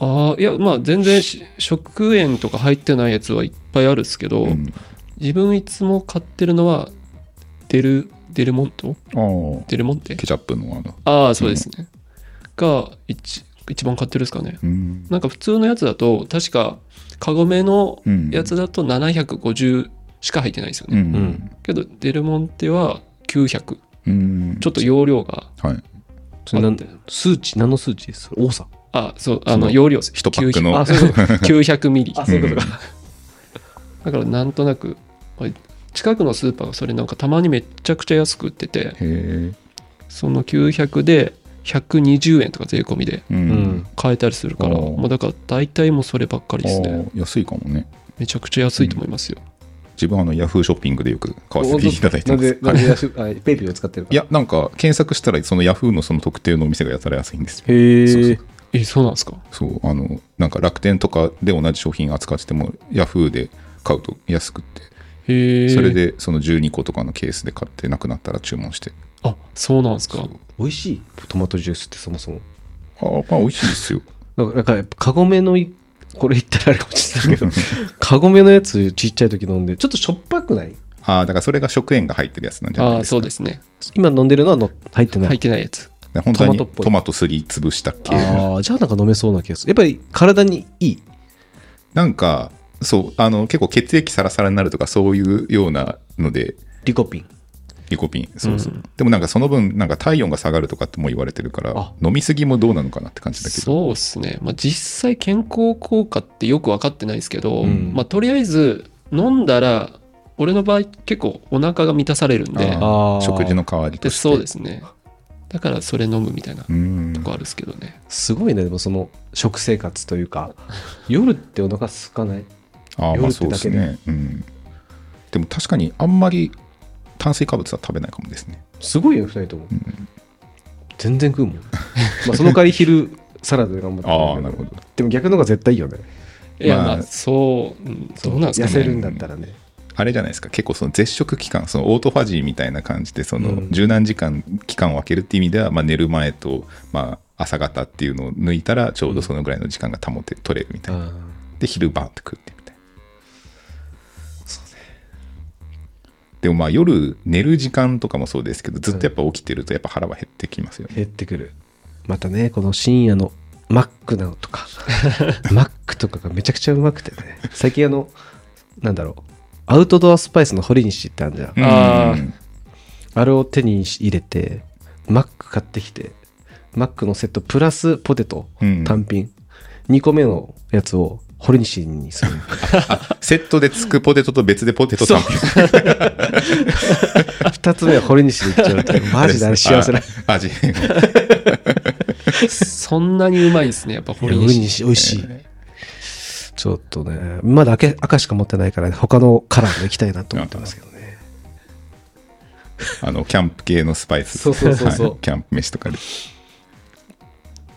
ああ、いや、まあ、全然し、食塩とか入ってないやつはいっぱいあるっすけど、うん自分いつも買ってるのは、デル、デルモントああデルモンテケチャップのあのああ、そうですね。が一、一番買ってるですかね。うんなんか普通のやつだと、確か、カゴメのうんやつだと750しか入ってないんですようね。んけど、デルモンテは900。うんちょっと容量がはいそれなんで数値、何の数値です多さ。あ、そう、あその、の容量です。一パックのあ、そういうことか。 900ミリ。あ、そういうことか。だから、なんとなく、近くのスーパーがそれなんかたまにめっちゃくちゃ安く売ってて、へその900で120円とか税込みでえううんん。買えたりするから、おーもうだから大体もうそればっかりですね。ああ安いかもねめちゃくちゃ安いと思いますよ。自分はあのヤフーショッピングでよく買わせていただいてなまんすで、なんで安い、あペイペイを使ってるから。いやなんか検索したらそのヤフーのその特定のお店がやたら安いんですよそうへそえう。え、そうなんですかそうあのなんか楽天とかで同じ商品扱っててもヤフーで買うと安くってへえ。それ。でその12個とかのケースで買ってなくなったら注文してあ、そうなんですか。美味しいトマトジュースってそもそも。ああまあ美味しいです *laughs* よだから、なんかやっぱカゴメのい、これ言ったらあれかもしれないけど、 *laughs* カゴメのやつちっちゃい時飲んで、ちょっとしょっぱくないああだからそれが食塩が入ってるやつなんじゃないあであ、すかそうですね。今飲んでるのはの入ってない。入ってないやつ。だから本当にトマトっぽいトマトすりつぶしたっけああ、じゃあなんか飲めそうな気がする。やっぱり体にいい。なんかそうあの結構血液サラサラになるとかそういうようなのでリコピン。リコピンそうそう、でもなんかその分なんか体温が下がるとかっても言われてるからあ飲みすぎもどうなのかなって感じだけどそうですね。まあ実際健康効果ってよく分かってないですけど、うんまあとりあえず飲んだら、俺の場合結構お腹が満たされるんで、ああーー食事の代わりとでしてそうですね。だからそれ飲むみたいなとうんこあるですけどね。すごいね、でもその食生活というか、夜ってお腹空かない。ああ夜まあってそうですだね、うん、でも確かにあんまり炭水化物は食べないかもですねすごいよ、二人とも。全然食うもん。まあその代わり昼、サラダで頑張ってああけなるほどでも逆の方が絶対いいよね。いや、まあまあそう、うんそどうなんですか痩せね。るんだったらね。あれじゃないですか結構その絶食期間そのオートファジーみたいな感じでそのうん柔軟時間期間を空けるっていう意味では、まあ、寝る前と、まあ、朝方っていうのを抜いたらちょうどそのぐらいの時間が保て取れるみたいな、あで昼バーって食ってみたいなでもまあ夜寝る時間とかもそうですけどずっとやっぱ起きてるとやっぱ腹は減ってきますよーね、減ってくる。またね、この深夜のマックなのと *laughs* か、マックとかがめちゃくちゃうまくてね。最近あの、なんだろう。アウトドアスパイスの堀西ってあるじゃん。うん、あーあれを手に入れて、マック買ってきて、マックのセットプラスポテトうん単品、2個目のやつを堀西に *laughs* する。セットでつくポテトと別でポテト単品2つ目は堀西でいっちゃう *laughs* って、 *laughs* マジであれ幸せな。あ味そんなにうまいんですね、やっぱ堀堀西。西美味しい。ちょっとね、まだ赤赤しか持ってないから、ね、他のカラーも行きたいなと思ってますけどね。あのキャンプ系のスパイスそうそうそうそうキャンプ飯とかで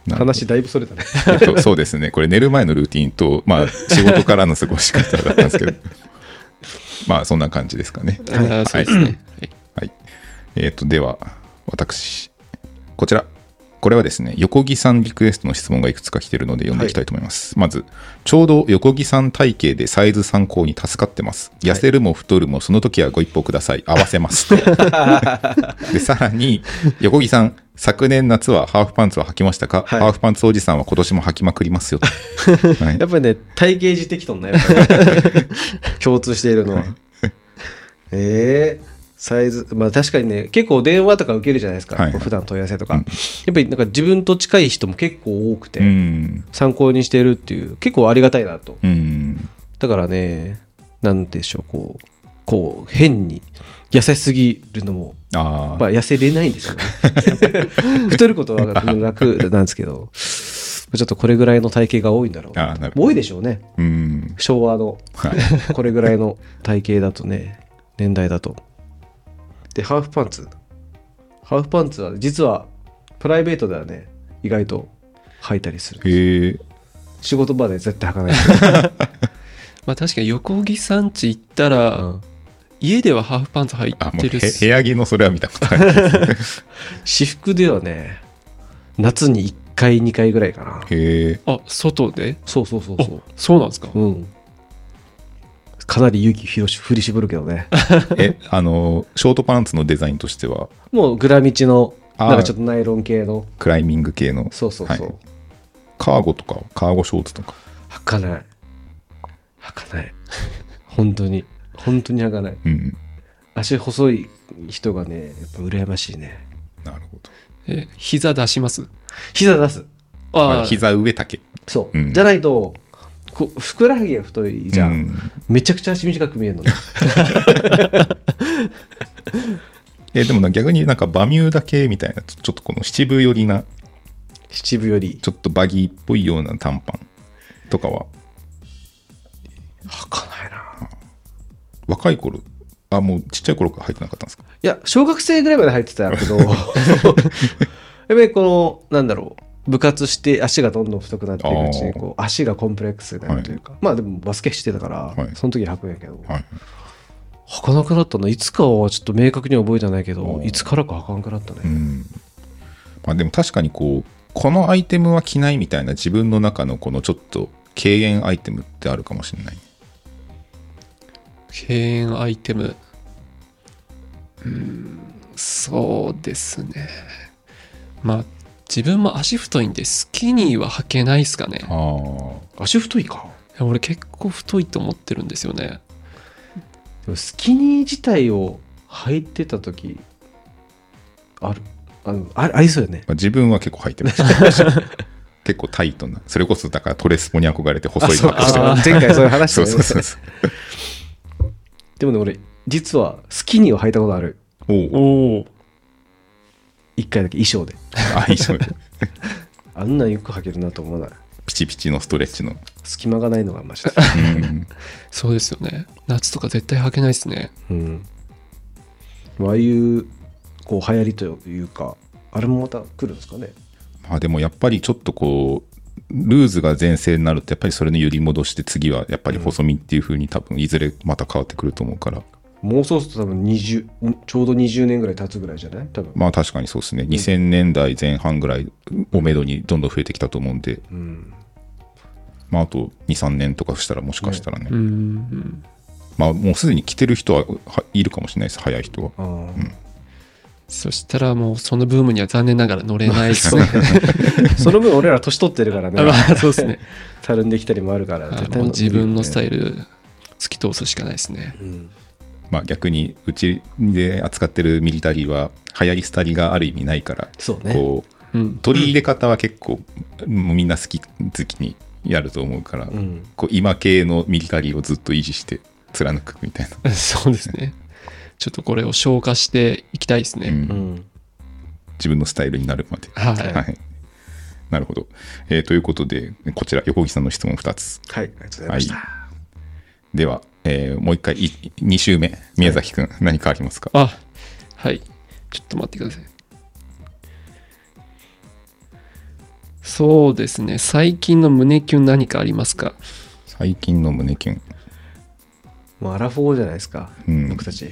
なるほど話だいぶそれたね。えっと *laughs* そうですね、これ寝る前のルーティンと、まあ、仕事からの過ごし方だったんですけ *laughs* ど、まあ、そんな感じですかね。あーそうですね。はいはい。えっ、と、では、私、こちら、これはですね、横木さんリクエストの質問がいくつか来てるので読んでいきたいと思います。まず、ちょうど横木さん体型でサイズ参考に助かってます。痩せるも太るもその時はご一報ください。合わせます。 *laughs* で、さらに、横木さん、昨年夏はハーフパンツは履きましたか、はいハーフパンツおじさんは今年も履きまくりますよと。*laughs* はいやっぱりね、体型自適とんな、*laughs* やっぱり共通しているのは。 *laughs* えーサイズ、まあ確かにね、結構電話とか受けるじゃないですか、はいはい普段問い合わせとか。うんやっぱりなんか自分と近い人も結構多くて、うん。参考にしてるっていう、結構ありがたいなと。うん。だからね、なんでしょう、こう、こう、変に痩せすぎるのも、あまあ痩せれないんですよね。 *laughs* 太ることは楽なんですけど、ちょっとこれぐらいの体型が多いんだろうあ、な。ああ、なるほど。多いでしょうね。うん。昭和 *laughs* のはい。これぐらいの体型だとね年代だとでハーフパンツハーフパンツは実はプライベートではね意外と履いたりするへえ。仕事場で絶対履かない、 *laughs* まあ確かに横木さんち行ったら、うん家ではハーフパンツ履あ、いもうてへる部し屋着のそれは見たことない。私服ではね夏に1回2回ぐらいかなへえ。あ外でそうそうそうあそそうなんですかううんかなり勇気ひろし振り絞るけ *laughs* どねえ、あの、ショートパンツのデザインとしては、もうグラミチのあーなんかちょっとナイロン系のクライミング系の、そうそうそう、はいカーゴとか、カーゴショーツとか。履かない履かない *laughs* 本当に本当に履かないうん。足細い人がねやっぱ羨ましいねなるほど。え膝出します膝出すあああ膝上丈。そう、うんじゃないとこうふくらはぎが太いじゃん、うんめちゃくちゃ足短く見えるのねえでもな逆になんかバミューダ系みたいな、ちょちょっとこの七分寄りな、 *laughs* 七分よりちょっとバギーっぽいような短パンとかは、履かないな若い頃、あ、もうちっちゃい頃から入ってなかったんですかいや小学生ぐらいまで履いてた *laughs* けどやっぱりこのなんだろう部活して足がどんどん太くなっていくうちにこう足がコンプレックスになるというか、まあでもバスケしてたから、はいその時は履くんやけど、はい。履かなくなったのいつかはちょっと明確には覚えてないけどおーいつからか履かなくなったね、うん。まあでも確かにこう、このアイテムは着ないみたいな自分の中のこのちょっと敬遠アイテムってあるかもしれない。敬遠アイテムうんそうですねまあ自分も足太いんでスキニーは履けないっすかねいあ足太いかや俺結構太いと思ってるんですよねでもスキニー自体を履いてた時あるあのあありそうよねあ。自分は結構入ってま *laughs* した。結構タイトな。それこそだからトレスポに憧れて細いそう格好してある。前回そういう話そうしそうたそねうそう。でもね俺実はスキニーを履いたことあるおうおお一回だけ衣装であ、いいじゃんあんなんよく履けるなと思わないピチピチのストレッチの。隙間がないのがマジで、 *laughs* うんそうですよね夏とか絶対履けないっすねうん、ああいうこう流行りというかあれもまた来るんですかねまあでもやっぱりちょっとこう、ルーズが前世になるとやっぱりそれの揺り戻して次はやっぱり細身っていう風に多分いずれまた変わってくると思うから。もうそろそろ多分20ちょうど20年ぐらい経つぐらいじゃない多分、まあ確かにそうですね。2000年代前半ぐらいをめどにどんどん増えてきたと思うんで、うん、まああと2、3年とかしたらもしかしたらねう。んまあもうすでに着てる人ははいるかもしれないです。早い人は。あーそしたらもうそのブームには残念ながら乗れないっすねその分俺ら年取ってるからね *laughs* あまあそうですね *laughs* たるんできたりもあるからあ絶 *laughs* も対う自分のスタイイル突き通すしかないですねル、うんまあ、逆にうちで扱ってるミリタリーは流行り廃りがある意味ないからそうねこううん、取り入れ方は結構、もうみんな好き好きにやると思うから、うんこう今系のミリタリーをずっと維持して貫くみたいな、 *laughs* そうですねちょっとこれを消化していきたいですね、うんうん自分のスタイルになるまで。はい、はいなるほど、えーということでこちら横木さんの質問2つはいありがとうございました、はでは、えーもう一回2週目宮崎君、何かありますかあはいちょっと待ってくださいそうですね最近の胸キュン何かありますか最近の胸キュンもうアラフォーじゃないですか、うん僕たち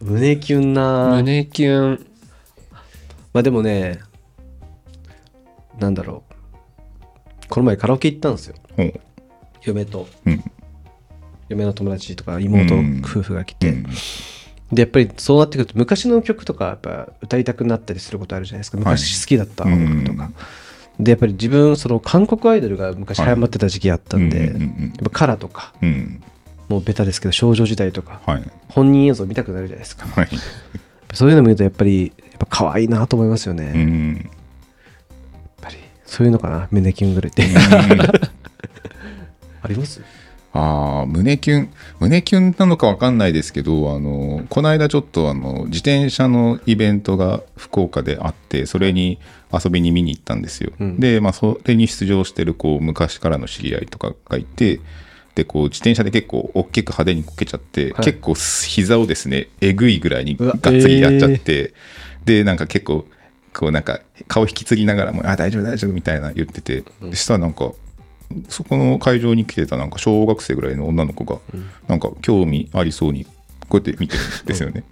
胸キュンな胸キュンまあでもねなんだろうこの前カラオケ行ったんですよほう嫁と、うん嫁の友達とか妹うん夫婦が来うて、んでやっぱりそうなってくると昔の曲とかやっぱ歌いたくなったりすることあるじゃないですか昔好きだった音楽とか、でやっぱり自分その韓国アイドルが昔は流い行ってた時期あったんで、うんうんうやっんぱカラとかうんうんもうベタですけど少女時代とかはい本人映像見たくなるじゃないですかはいそういうの見るとやっぱりやっぱ可愛いなと思いますよね、うやっんぱりそういうのかな胸キュンぐらいって、ありますああ、胸キュン、胸キュンなのかわかんないですけど、あの、この間ちょっとあの、自転車のイベントが福岡であって、それに遊びに見に行ったんですよ。うんで、まあ、それに出場してる、こう、昔からの知り合いとかがいて、で、こう、自転車で結構大きく派手にこけちゃって、はい結構膝をですね、えぐいぐらいにうがわっつりやっちゃって、で、なんか結構、こうなんか顔引きつりながらも「あ大丈夫大丈夫」みたいな言っててそしたらなんかそこの会場に来てたなんか小学生ぐらいの女の子がなんか興味ありそうにこうやって見てるんですよね。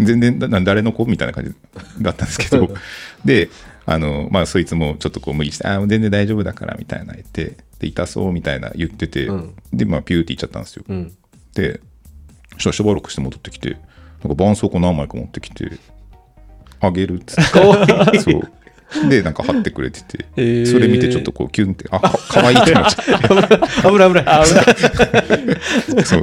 全然だな誰の子みたいな感じだったんですけどであのまあそいつもちょっとこう無理して「あー全然大丈夫だから」みたいな言ってで痛そうみたいな言ってて、うんでまあピューって言っちゃったんですよ。うんでそしたらしばらくして戻ってきてなんか絆創膏何枚か持ってきてあげるっつってそうでなんか貼ってくれてて、えーそれ見てちょっとこうキュンってあか *laughs* かわいいって思っちゃって危ない危ない危ないそうそうい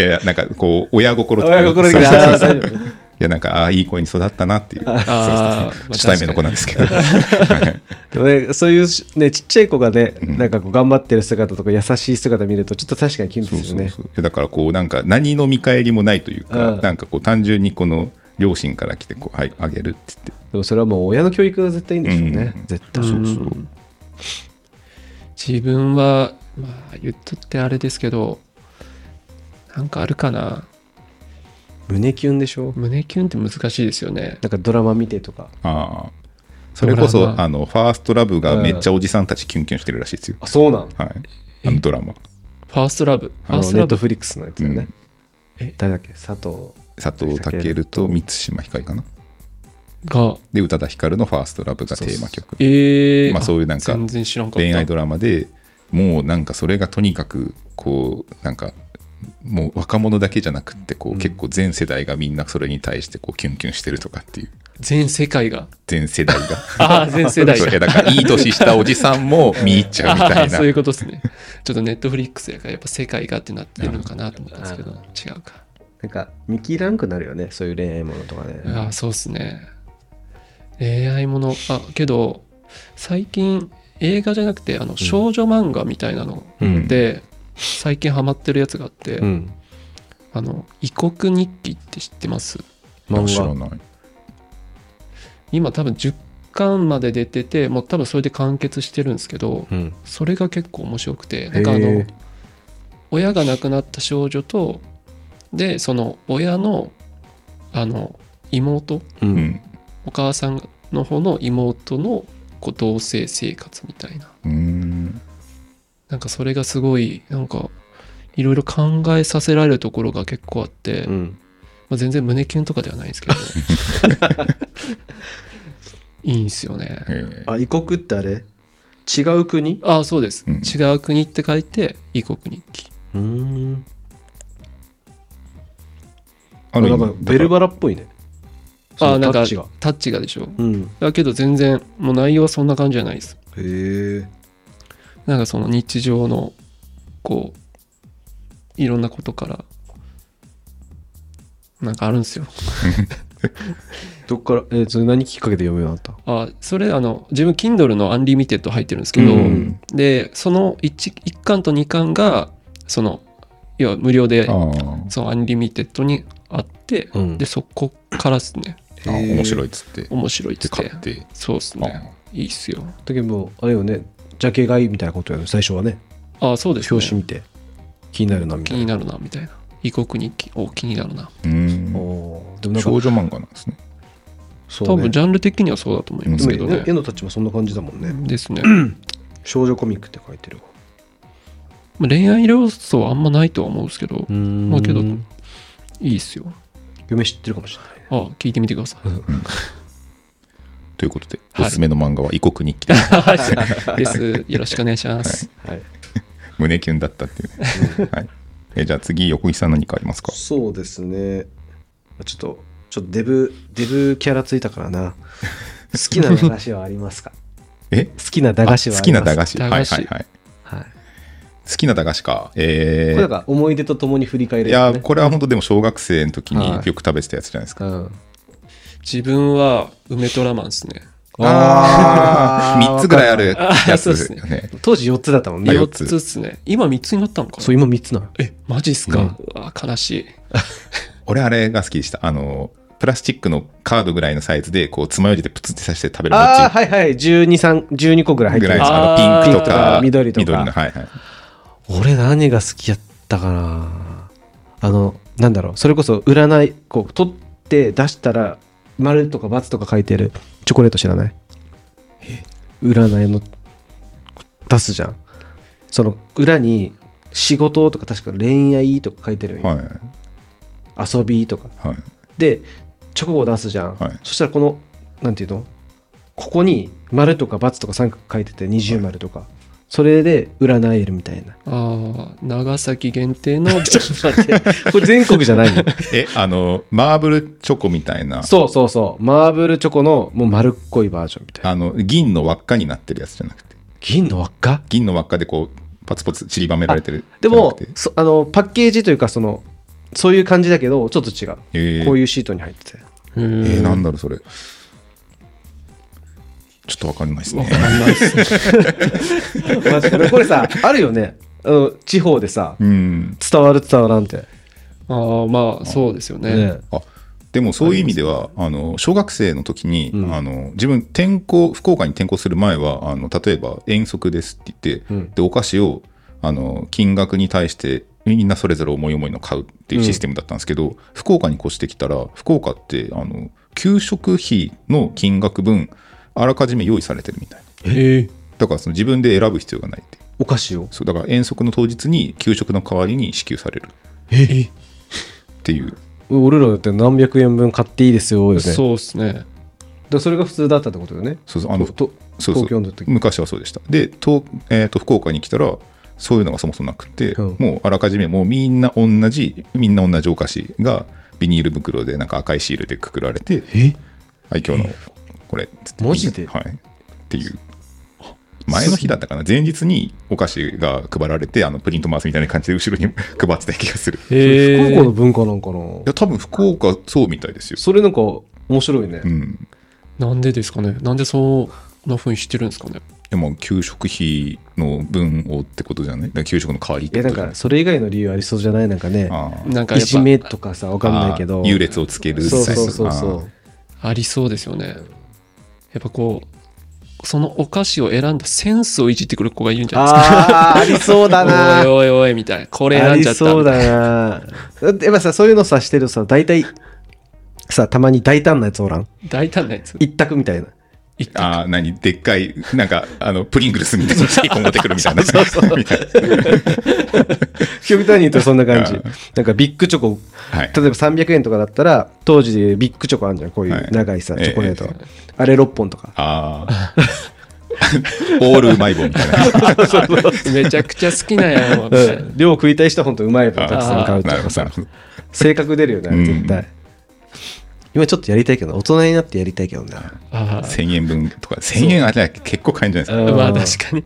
やいやなんかこう親心とか親心そう的そうなあーそう大丈夫いやなんかああいい子に育ったなっていうそうそうそうあーまあ初対面の子なんですけどはいでもね、そういうしね、ちっちゃい子がね、なんかこう頑張ってる姿とか優しい姿見ると、ちょっと確かにキュンそでうすそよねう。そういやだからこうなんか何の見返りもないというか、うんなんかこう単純にこの両親から来てこう「はいあげる」って言ってでもそれはもう親の教育が絶対いいんでしょうね。うん絶う対。ん自分は、まあ、言っとってあれですけどなんかあるかな胸キュンでしょ胸キュンって難しいですよねなんかドラマ見てとか。ああ。それこドラそ、マあの、ファーストラブがめっちゃおじさんたちキュンキュンしてるらしいですよ。あ、そうなんはい。あのドラマ。ファーストラブフあァーのストネラットブフリックスのやつだよね。うんえ誰だっけ佐藤。佐藤健と満島ひかりかな。がで、宇多田ヒカルのファーストラブがテーマ曲。えー、まあそういうなんか全然知らんかった恋愛ドラマで、もうなんかそれがとにかく、こう、なんか、もう若者だけじゃなくって、こう、結構全世代がみんなそれに対してこうキュンキュンしてるとかっていう。全世界が全世代が。ああ全世代そういやがだからいい年したおじさんも見入っちゃうみたあいあな。そういうことですねちょっとネットフリックスやからやっぱ世界がってなってるのかなと思ったんですけど違うかなんか見切らんくなるよね。そういう恋愛ものとかね。ああそうっすね恋愛ものあけど最近映画じゃなくてあの少女漫画みたいなのうんで、最近ハマってるやつがあって、うん。あの異国日記って知ってます知ら漫ない。今多分10巻まで出ててもう多分それで完結してるんですけど画。うん。それが結構面白くてなんかあへのー親が亡くなった少女とでその親のあの妹う。うんん。お母さんの方の妹のこう同棲生活みたいなうーん。なんかそれがすごいなんかいろいろ考えさせられるところが結構あって、うん。まあ、全然胸キュンとかではないん *laughs* ですけどいいんすよねえーあ、異国ってあれ違う国ああそうです、うん違う国って書いて異国日記うーん。あのなんかベルバラっぽいね。ああそのなタんかッチが。タッチがでしょうん。だけど全然もう内容はそんな感じじゃないですへえ。なんかその日常のこういろんなことからなんかあるんですよどっから、えーそれ何きっかけで読むようになったあそれあの自分 Kindle の Unlimited 入ってるんですけど、うんでその 1, 一巻と2巻がその要は無料でああ。その Unlimited にあって、うんでそこからですねあへー面白いっつって面白いっつって買ってそうっすねいいっすよだけどもうあれよねジャケ買いみたいなことやね最初はねあそうですね表紙見て気になるなみ気たいにななるなみたいな異国日記お気になるなうんおーでもなんか少女漫画なんですねそう、ね、多分ジャンル的にはそうだと思いますけでどもねね絵のタッチもそんな感じだもんね、ですね少女コミックって書いてるわまあ恋愛要素はあんまないとは思うんですけどうんまあけどいいっすよ嫁知ってるかもしれないねあ聞いてみてくださいということで、はいおすすめの漫画は異国日記です。はい。 *laughs* です。よろしくお願いします。はい、胸キュンだったっていうね。はい、えじゃあ次、横井さん何かありますかそうですねちょっとちょっとデブデブキャラついたからな好きな駄菓子はありますか *laughs* え好きな駄菓子はああ好りきまなすか駄菓子。駄はい菓子はいはい。はい、好きな駄菓子か。えこれーなんか思い出とともに振り返いれるやよーこれは本当でも小学生の時によく食べてたやつじゃないですか。うん、自分は、梅トラマンですね。あ *laughs* あーあ、3つぐらいあるやあそうつでですすよねね。当時4つだったもんあねよ4四つつですね。今3つになったのかなそう今3つなのえ、マジっすか、ううんわ悲しい。俺あれが好きでした。あの、プラスチックのカードぐらいのサイズで、こう、爪楊枝でプツって刺して食べるああ餅はいはい12三12個ぐらい入っぐてらいるの、ああの、ピンクとあかー、ピンクとか緑とかの、はいはい。俺何が好きやったかなあのなんだろうそれこそ占いこう取って出したら丸とか×とか書いてるチョコレート知らない占いの出すじゃんその裏に仕事とか確か恋愛とか書いてるんよ、はい遊びとかはい。でチョコを出すじゃん、はいそしたらこのなんていうのここに丸とか×とか三角書いてて二重丸とか、それで占えるみたいなああ、長崎限定の、 *laughs* ちょっと待ってこれ全国じゃないのえ、あの、マーブルチョコみたいな、そうそうそうマーブルチョコのもう丸っこいバージョンみたいなあの、銀の輪っかになってるやつじゃなくて、銀の輪っか銀の輪っかでこう、パツパツ散りばめられてる。でもじゃなくてそあのパッケージというかそのそういう感じだけどちょっと違う、えーこういうシートに入っててえうんー、なんだろう、それ。ちょっとわかんないですわね。かんないっす。マジこれこれさあるよねあの地方でさうん。伝わる伝わらんって、ああ、まあ、そうですよね。ねあでもそういう意味ではあの小学生の時に、うんあの自分転校福岡に転校する前はあの例えば遠足ですって言って、うんでお菓子をあの金額に対してみんなそれぞれ思い思いの買うっていうシステムだったんですけど、福岡に越してきたら福岡ってあの給食費の金額分あらかじめ用意されてるみたいなええだからその自分で選ぶ必要がないっていうお菓子をそうだから遠足の当日に給食の代わりに支給されるっていう俺らだって何百円分買っていいですよよねそうですね。でそれが普通だったってことだよねそうそうあのとそうそう東京の時昔はそうでしたで東、えーと福岡に来たらそういうのがそもそもなくて、うんもうあらかじめもうみんな同じみんな同じお菓子がビニール袋でなんか赤いシールでくくられてえはい今日のこれっつってマジではい、っていう前の日だったかな前日にお菓子が配られてあのプリント回すみたいな感じで後ろに *laughs* 配ってた気がするいえ福岡の文化なんかなや多分福岡そうみたいですよ、それなんか面白いねうん、なんでですかねなんでそんなふうにしてるんですかねでも給食費の分をってことじゃないだから給食の代わりっいてやこなとんじゃないかそれ以外の理由ありそうじゃないなんかねあーなんかいやじめっとかさわかんないけどあー優劣をつけるそうそうそうそみうぱありそうですよね。やっぱこう、そのお菓子を選んだセンスをいじってくる子がいるんじゃないですか。あーありそうだなおいおいおいみたいな。これあ選んりじゃった。そうだなだってやっぱさそういうのさしてるとさ大体さたまに大胆なやつおらん大胆なやつ。一択みたいなああ、何でっかい、なんか、あの、プリングルスみたいなの1個持ってくるみたいな。 *laughs* そうそうみたいな極端に言うとそんな感じなんかビッグチョコはい。例えば300円とかだったら当時でビッグチョコあるじゃんこういはいう長いさ、ええチョコレート、えあれ6本とかああ。オー *laughs* ルうまい棒みたいな。めちゃくちゃ好きなやん。みたいなうん量食いたい人は本当うまい棒たくさん買うとなるかほどなるさほど。性格出るよねあうれん絶対、今ちょっとやりたいけど大人になってやりたいけどなあー1000円分とか、1000円あれ結構買えるんじゃないでまうあん確かに。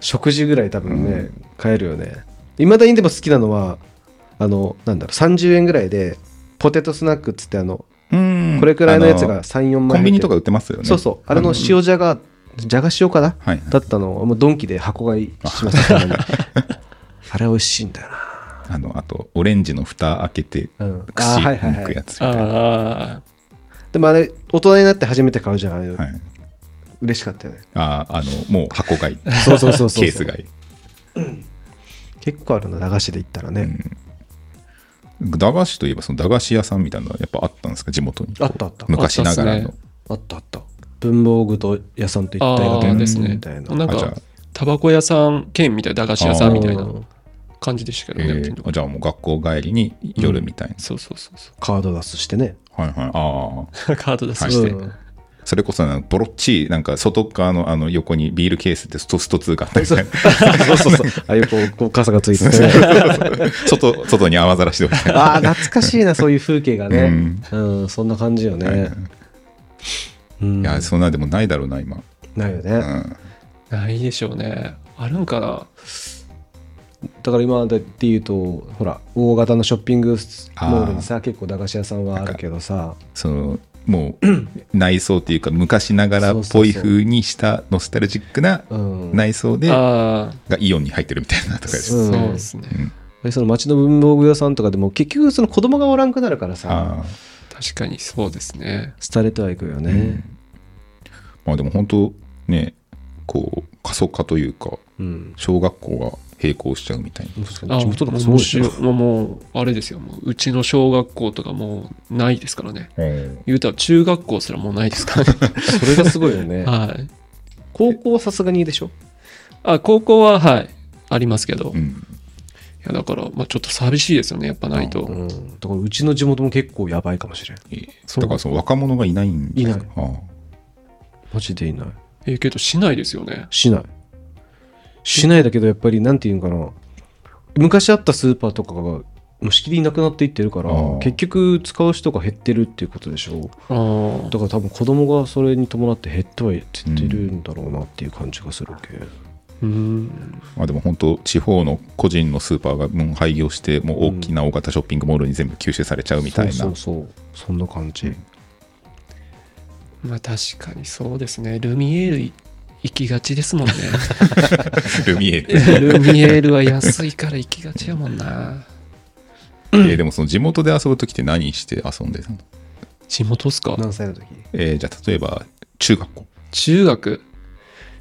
食事ぐらい多分ね、買えるよねいまだにでも好きなのはあのなんだろう30円ぐらいでポテトスナックっつってあのすか。うんこれくらいのやつが34枚コンビニとか売っ入っててますよるね。そうそうあれの塩じゃがじゃが塩かな、はいだったのをもうドンキで箱買いしまし *laughs* たからねあれ美味しいんだよなあの、あと、オレンジの蓋開けて、うんあ串ーはいはいは抜いくやつみたいな。ああ。でもあれ大人になって初めて買うじゃんあれ、はい。嬉しかったよねああ、あの、もう箱買い。ケそうそうそうそうース買い。結構あるの駄菓子で言ったらね、駄菓子といえば、その駄菓子屋さんみたいなのはやっぱあったんですか、地元に。あったあった昔ながらの。あったあった文房具と屋さんと一体あ型あになでってするねみたい。ななんあじゃあか、タバコ屋さん兼みたいな、駄菓子屋さんみたいなうん感じでしたけえどね。ーあじゃあもう学校帰りに夜みたいな。そうそうそうそカード出すしてねはいはい。ああ。う。カード出しして。うん *laughs* それこそあのボロッチなんか外側のあの横にビールケースでストスト2があったりとかそうそうそう。ああいうこう、こう傘がついてて。 *laughs* 外外に泡ざらしておいて *laughs* ああ、懐かしいな、そういう風景がね。ううん、そんな感じよね。はいうん、いやそんなでもないだろうな今、ないよね、うん、ないでしょうね。あるんかなだから今だって言うと、ほら、大型のショッピングモールにさ、結構駄菓子屋さんはあるけどさ、そのもう内装っていうか昔ながらっぽい風にしたノスタルジックなうん。内装でがああ、イオンに入ってるみたいなとかです、うんそうですね。でその街の文房具屋さんとかでも、結局その子供がおらんくなるからさ、あー確かにそうですね。廃れてはいくよね。まあでも本当ねこう過疎化というかうん。小学校が並行しちゃうみたいな確かにああ地元とかすごもいうししなようもう、あれですよ。もううちの小学校とかもうないですからね。言うたら中学校すらもうないですからね。それがすごいよね。はい。高校はさすがにでしょあ、高校は、はい、ありますけど。ういんや、だから、まあちょっと寂しいですよね。やっぱないと。うん。だからうちの地元も結構やばいかもしれん。ええそうだからその若者がいないんですかいあマジでいない。えーけど、しないですよね。しない。しないだけど、やっぱり、なんていうんかな。昔あったスーパーとかが、もうしきりなくなっていってるからあー、結局使う人が減ってるっていうことでしょああだから多分子供がそれに伴って減ってはいってってるんだろうなっていう感じがするわけ。うん。あまあでも本当地方の個人のスーパーがもう廃業してもう大きな大型ショッピングモールに全部吸収されちゃうみたいなそうそうそう。そんな感じ。まあ確かにそうですね。ルミエールい行きがちですもんね。 *laughs* ルミエールルミエールは安いから行きがちやもんな。えーでもその地元で遊ぶ時って何して遊んでたの、地元っすか何歳の時えーじゃあ例えば中学校中学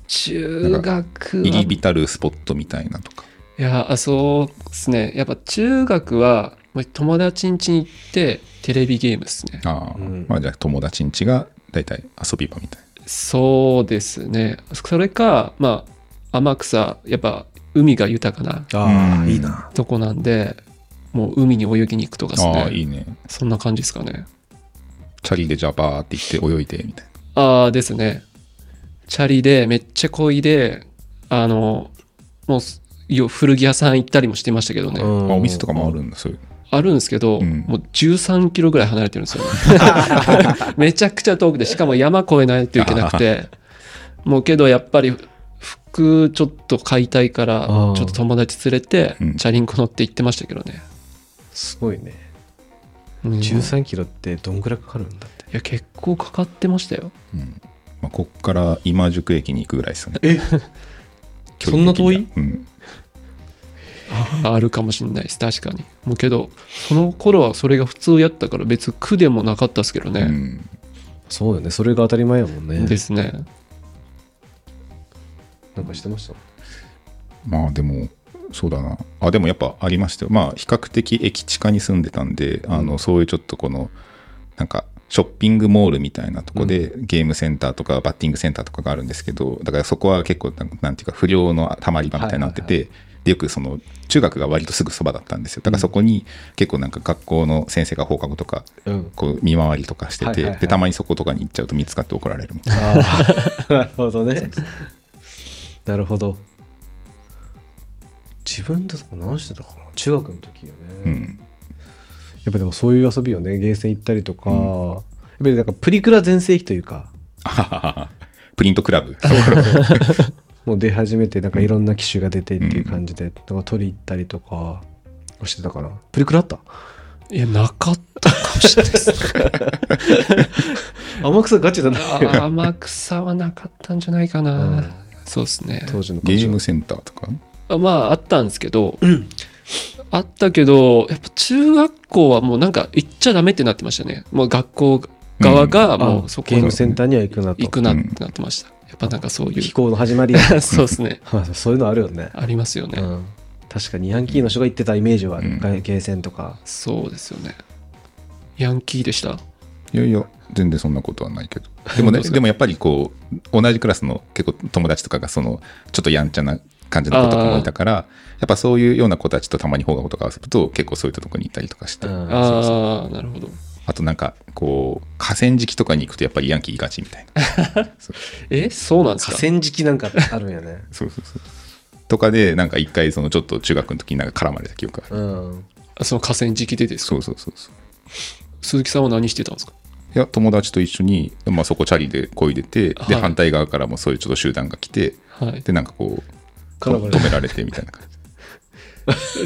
中学は入り浸るスポットみたいなとかいやあそうですねやっぱ中学はまあ友達ん家に行ってテレビゲームですねああ、うんまあじゃあ友達ん家が大体遊び場みたいそうですねそれかまあ天草やっぱ海が豊かなあーいいな。とこなんでもう海に泳ぎに行くとかですな、ああねいいねそんな感じですかねチャリでじゃあバーって行って泳いでみたいああですね。チャリでめっちゃ漕いで、あの、もうすよ古着屋さん行ったりもしてましたけどね。な、あお店とかもある。るんだそういうあるんですけど、うんもう13キロぐらい離れてるんで *laughs* すよ、ね。めちゃくちゃ遠くで、しかも山越えないといけなくて、もうけどやっぱり服ちょっと買いたいから、ちあょーっと友達連れてうん、チャリンコ乗って行ってましたけどね。すごいね。うんい13キロってどんぐらいかかるんだって。や、結構かかってましたよ。うんまあ、こっから今宿駅に行くぐらいですよね。えそんな遠いうん。あるかもしれないです確かにもうけどその頃はそれが普通やったから別に苦でもなかったですけどうね、んそうよね。それが当たり前やもんね。ですねなんかしてましたまあでも、そうだな。あ、でもやっぱありましたよ。まあ比較的駅地下に住んでたんで、あの、そういうちょっとこの、なんか、ショッピングモールみたいなとこで、ゲームセンターとかバッティングセンターとかがあるんですけど、だからそこは結構なん、なんていうか、不良のたまり場みたいになってて、はでよくその中学が割とすぐそばだったんですよだからそこに結構なんか学校の先生が放課後とかうん。こう見回りとかしてて、はいはいはいでたまにそことかに行っちゃうと見つかって怒られるみたいなあ *laughs* あなるほどねなるほど自分でとか何してたかな中学の時よね、うや *laughs* ん *laughs* っぱでもそういう遊びよねゲーセン行ったりとか、やっぱりなんかプリクラ全盛期というかあはははプリントクラ *laughs* ブもう出始めてなんかいろんな機種が出てっていう感じで、なんか取り行ったりとかしてたかなプリクラあったいやなかったかもしれないですね *laughs* 天草ガチだなあ天草はなかったんじゃないかな、うんそうですね *laughs* 当時のゲームセンターとかあまああったんですけど、あったけどやっぱ中学校はもうなんか行っちゃダメってなってましたねもう学校側がももううそこゲーのムセンターには行くなと行くなってなってました、やっぱなんかそうい飛う行の始まり *laughs* そうですねあ *laughs* そういうのあるよねありますよね、うん、確かにヤンキーの人が言ってたイメージはある、うんゲーセンとかそうですよね。ヤンキーでした。いやいや全然そんなことはない *laughs* けどでもねどうですかでもやっぱりこう同じクラスの結構友達とかがそのちょっとやんちゃな感じの子とかもいたからやっぱそういうような子たちとたまに放課後とか遊ぶと結構そういったとこに行ったりとかして、うんああ、なるほど。あとなんかこう河川敷とかに行くとやっぱりヤンキーいがちみたい *laughs* なえそうなんですか河川敷なんかあるんやねそうそうそうとかでなんか一回そのちょっと中学の時になんか絡まれた記憶があるうんその河川敷でですかそうそうそうそう鈴木さんは何してたんですかいや友達と一緒に、まあ、そこチャリでこいでて、はいで反対側からもそういうちょっと集団が来て *laughs* はいでなんかこうと絡まれた止められてみたいな感じ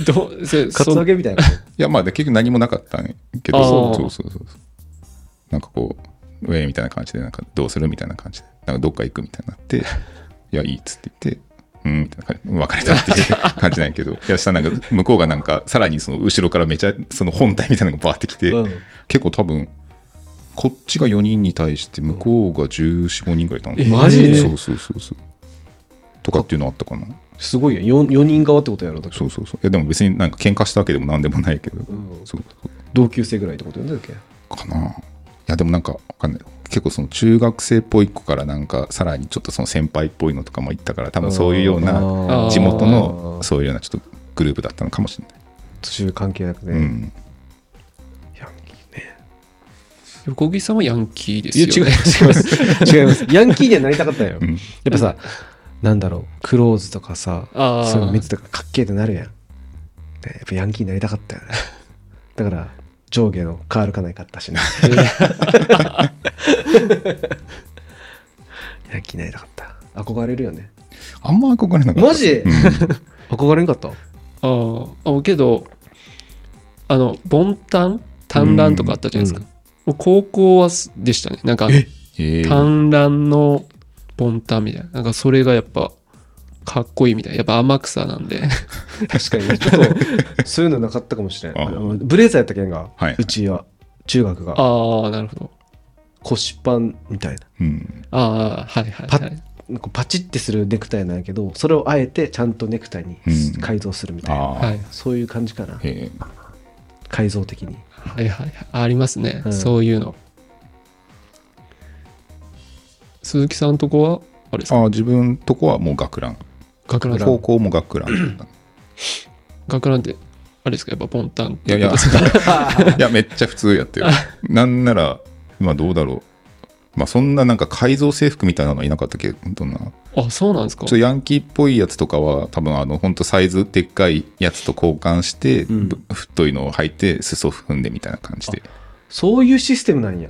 どせカツアそゲみたいいなやまあで結局何もなかったんやけどあーそうそうそうそうなんかこうウェイみたいな感じでなんかどうするみたいな感じでなんかどっか行くみたいになって *laughs* いやいいっつって言ってうんみたいな感じでうん別れたっていう感じなんやけどい *laughs* やしたらなんか向こうがなんかさらにその後ろからめちゃその本体みたいなのがバーってきて、うん結構多分こっちが4人に対して向こうが1415人ぐらいいたの、えマジでそうそうそうそうとかっていうのあったかなすごいやん 4, 人側ってことやろだってそうそうそういやでも別になんか喧嘩したわけでもなんでもないけど、んそう同級生ぐらいってことやんだっけかないやでもなんかわかんない結構その中学生っぽい子からなんかさらにちょっとその先輩っぽいのとかもいったから多分そういうようあなー地元のあーそういうようなちょっとグループだったのかもしれない、年上関係なくね、うん、ヤンキーね横木さんはヤンキーですいやよ、違いね、ます違います違いますヤンキーにはなりたかったよ、うんやっぱさなんだろうクローズとかさあーそういうの見てたからかっけえってなるやん、ね、やっぱヤンキーになりたかったよねだから上下のカールかないかったしなヤンキーになりたかった憧れるよねあんま憧れなかったマジうん憧れんかったあーあけどあのボンタン単乱とかあったじゃないですか、もう高校はすでしたねなんかえ *laughs* ー単乱のボンタンみたいななんかそれがやっぱかっこいいみたいなやっぱ天草なんで確かにちょっとそういうのなかったかもしれんああのブレザーやったけんが、はいうちは中学がああなるほど腰パンみたいなうん、ああはいはいパはいなんかパチってするネクタイなんやけどそれをあえてちゃんとネクタイにうん改造するみたいな、ああ、はいそういう感じかなえー改造的にはいはいはいありますね、うんそういうの鈴木さんとこはあれですかあー自分とこはもう学ラン学ラン高校も学ランだった学ランってあれですかやっぱボンタンってい *laughs* やいやいやめっちゃ普通やってるなんならまあどうだろうまあそんななんか改造制服みたいなのはいなかったけどなあそうなんですかちょっとヤンキーっぽいやつとかは多分あの本当サイズでっかいやつと交換して、んぶ太いのを履いて裾踏んでみたいな感じでいそういうシステムなんや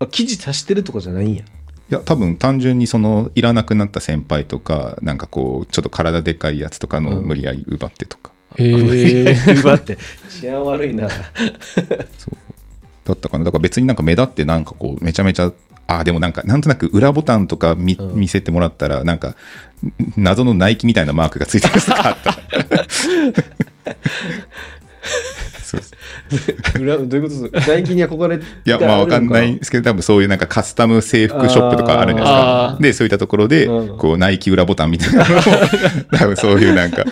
あ生地足してるとかじゃないんやや多分単純にそのいらなくなった先輩とかなんかこうちょっと体でかいやつとかの無理やり奪ってとか、へえ奪って治安悪いなだったかなだから別になんか目立ってなんかこうめちゃめちゃあーでもなんかなんとなく裏ボタンとか見,、うん見せてもらったらなんかん謎のナイキみたいなマークがついてるやつとかあ *laughs* ったそうです裏どういうことですか大金に憧れいやまあわかんないんですけど多分そういうなんかカスタム制服ショップとかあるんですかあーでそういったところでうんこうナイキ裏ボタンみたいなのを多分そういうなんか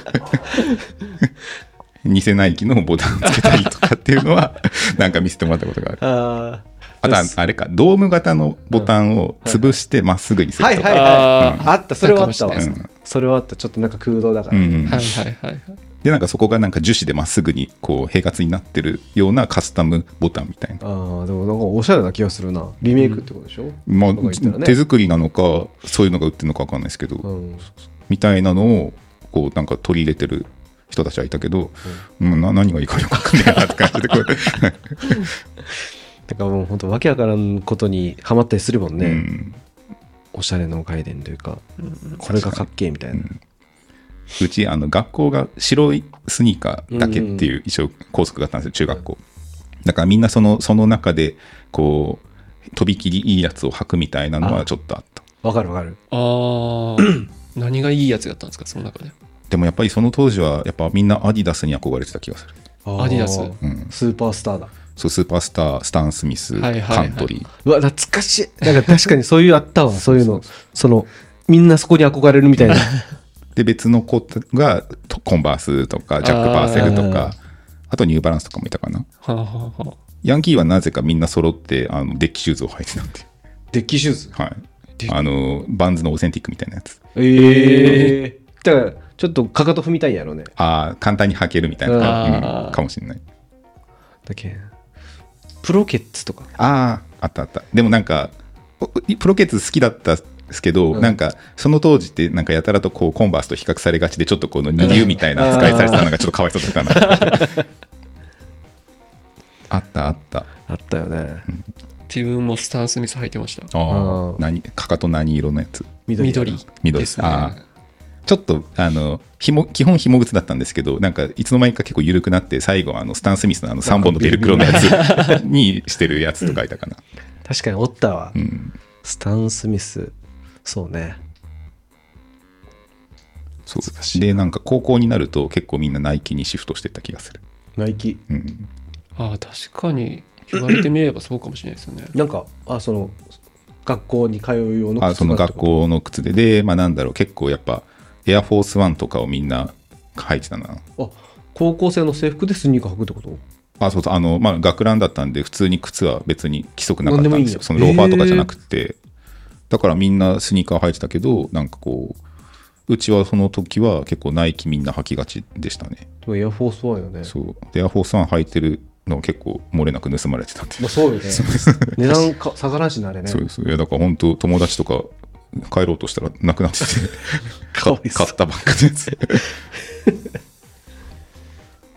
偽ナイキのボタンつけたりとかっていうのはなんか見せてもらったことがあるああとはあれか、ドーム型のボタンを潰してまっすぐにすーるはいとはいか。はいあーあったそれはあったわ、あったかもしれないそれはあったちょっとなんか空洞だかうら、んうんはいはいはいはいで、なんかそこがなんか樹脂でまっすぐにこう平滑になってるようなカスタムボタンみたいな。ああでもなんかおしゃれな気がするなリメイクってことでしょ、まとか言ったらあ、ね手作りなのか、そういうのが売ってるのかわかんないですけど、うん、みたいなのをこうなんか取り入れてる人たちはいたけど、うんな何がいいかよくわかんないなって感じで、これ。てかもう本当わけわからんことにハマったりするもんね、うんおしゃれの外伝というか、これがかっけえみたいな、うちあの学校が白いスニーカーだけっていう一応校則があったんですよ中学校だからみんなそのその中でこうとびきりいいやつを履くみたいなのはちょっとあったわかるわかるあー何がいいやつだったんですかその中ででもやっぱりその当時はやっぱみんなアディダスに憧れてた気がする、あーアディダスうん、スーパースターだそうスーパースタースタン・スミス、はいはいはいカントリーうわ懐かしいなんか確かにそういうあったわ *laughs* そういうのそのみんなそこに憧れるみたいなで別の子がとコンバースとかジャック・バーセルとあかーあとニューバランスとかもいたかなはあ、はあはヤンキーはなぜかみんな揃ってあのデッキシューズを履いてたっていう *laughs* デッキシューズはいデッキあのバンズのオーセンティックみたいなやつええだからちょっとかかと踏みたいんやろうねああ簡単に履けるみたいな、あうんーかもしれないだけプロケッツとかあああったあったでもなんかおプロケツ好きだったですけど、うんなんかその当時ってなんかやたらとこうコンバースと比較されがちでちょっとこの二流みたいな扱いされてたのがちょっとかわいそうだったなあったあったあったよね自分もスタン・スミス履いてました。ああーー何かかと何色のやつ緑だな緑緑ですあねー。ちょっとあのひも基本ひも靴だったんですけどなんかいつの間にか結構緩くなって最後はあのスタン・スミスのあの3本のベルクロのやつにしてるやつと書いたかな、確かにおったわ、うん、スタン・スミスそうねそうでなんか高校になると結構みんなナイキにシフトしてった気がする、ナイキうん、ああ、確かに言われてみればそうかもしれないですよね。なんかあその学校に通う用のあその学校の靴でで、まあ、なんだろう結構やっぱエアフォースワンとかをみんな履いてたなあ高校生の制服でスニーカー履くってことあそうそうあの、まあ、学ランだったんで普通に靴は別に規則なかったんなんでもいいですんやよそのローファーとかじゃなくて、だからみんなスニーカー履いてたけどなんかこううちはその時は結構ナイキみんな履きがちでしたねでもエアフォースワンよねそうでエアフォースワン履いてるの結構漏れなく盗まれてたんでまあ、そうよね値段か下がらんしなあれねそうです。いや、だから本当、友達とか帰ろうとしたらなくなってて、かかわいそう買ったばっかのやつ。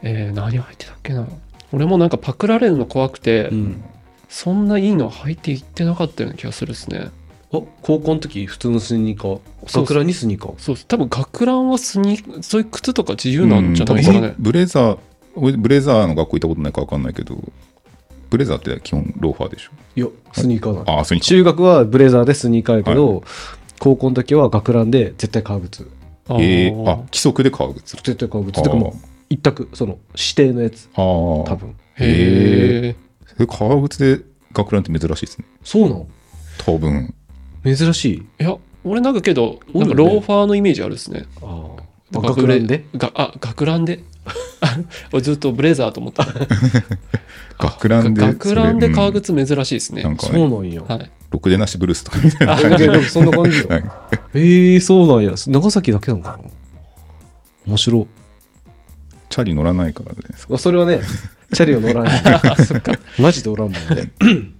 えー、何履いてたっけな。俺もなんかパクられるの怖くて、うんそんないいの履いていってなかったような気がするですね。あ高校の時普通のスニーカーそう桜にスニーカーそうです。多分学ランはスニーそういう靴とか自由なんじゃないです多か分ね。ブレザー、俺ブレザーの学校行ったことないから分かんないけど、ブレザーって基本ローファーでしょ。いやスニーカーだああ、そういう中学はブレザーでスニーカーやけど、高校の時は学ランで絶対革靴あええーあ、規則で革靴。絶対革靴あーてかもう一択その指定のやつああ、多分へへえ。え革靴で学ランって珍しいですね。そうな多分。の珍しいいや、俺なんかけど、多いよねなんかローファーのイメージあるですね。あなんか学ランでブレがあ、学ランで。 *laughs* あ俺ずっとブレザーと思った。学ランで。学ランで革それ靴珍しいですうねん。なんかそうね、なんやはい。ろくでなしブルースとかみたいな *laughs* あなんか *laughs* なんかそんな感じよはいええそうなんや長崎だけなのかな面白いチャリ乗らないからじゃないですか。あそれは *laughs* ねチャリを乗らないマジでおらんもんね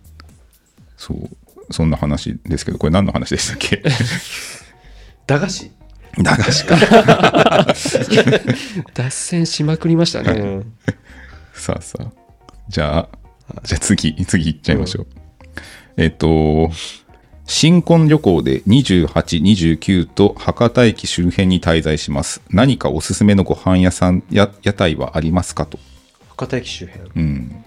そう。そんな話ですけど、これ何の話でしたっ *laughs* け駄菓子駄菓子か。脱線しまくりましたね。さあさあ。じゃあ、じゃあ次、次行っちゃいましょう。えっと、新婚旅行で28、29と博多駅周辺に滞在します。何かおすすめのご飯屋さんや屋台はありますかと。博多駅周辺うん。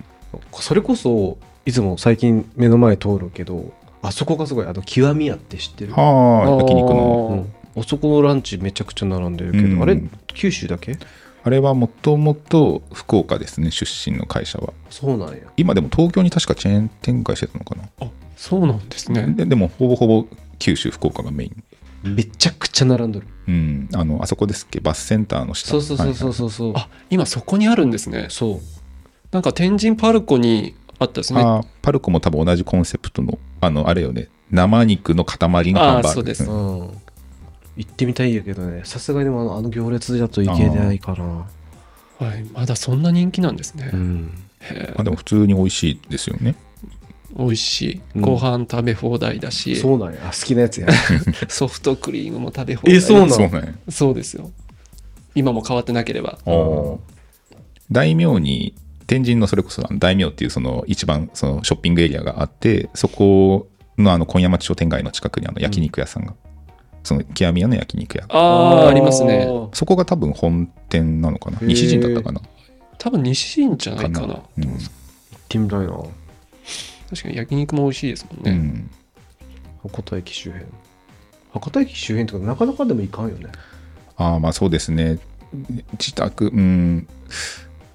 それこそいつも最近目の前通るけどあそこがすごいあの極み屋って知ってるはあ、焼肉の。あうーん、あそこのランチめちゃくちゃ並んでるけど、うんあれ九州だけあれはもともと福岡ですね、出身の会社は。そうなんや今でも東京に確かチェーン展開してたのかな。あそうなんですね。ででも、ほぼほぼ九州、福岡がメイン。めちゃくちゃ並んでるうん。あの、あそこですっけ、バスセンターの下。そうそうそうそはういそうそう、あ今そこにあるんですね。そうなんか天神パルコにあったですね。あーパルコも多分同じコンセプトのあのあれよね生肉の塊のハンバーグあーそうですんうん行ってみたいんやけどねさすがにもあのあの行列だといけないかなはい、まだそんな人気なんですねう。んへあでも普通に美味しいですよねー美味しうい。んご飯食べ放題だし、そうなんやあ好きなやつやソフトクリームも食べ放題えそうなのそうねそうですよ。今も変わってなければ。あー大名に天神のそれこそあの大名っていうその一番そのショッピングエリアがあってそこのあの今夜町商店街の近くにあの焼肉屋さんが、その極み屋の焼肉屋ああ、ありますね。そこが多分本店なのかなへー西陣だったかな多分西んじゃないかな。うん行ってみたいな確かに焼肉も美味しいですもんうね。ん博多駅周辺博多駅周辺とかなかなかでも行かんよねああまあそうですね自宅うん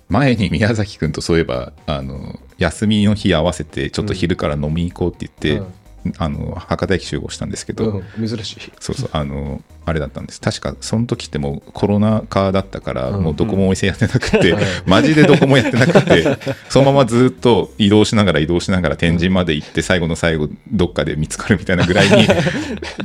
前に宮崎君とそういえばあの休みの日合わせてちょっと昼から飲み行こうって言って、あの博多駅集合したんですけど、うん、珍しいそうそうあのあれだったんです確かその時ってもうコロナ禍だったからもうどこもお店やってなくて、 *laughs* マジでどこもやってなくてそのままずっと移動しながら移動しながら天神まで行って最後の最後どっかで見つかるみたいなぐらい *laughs* に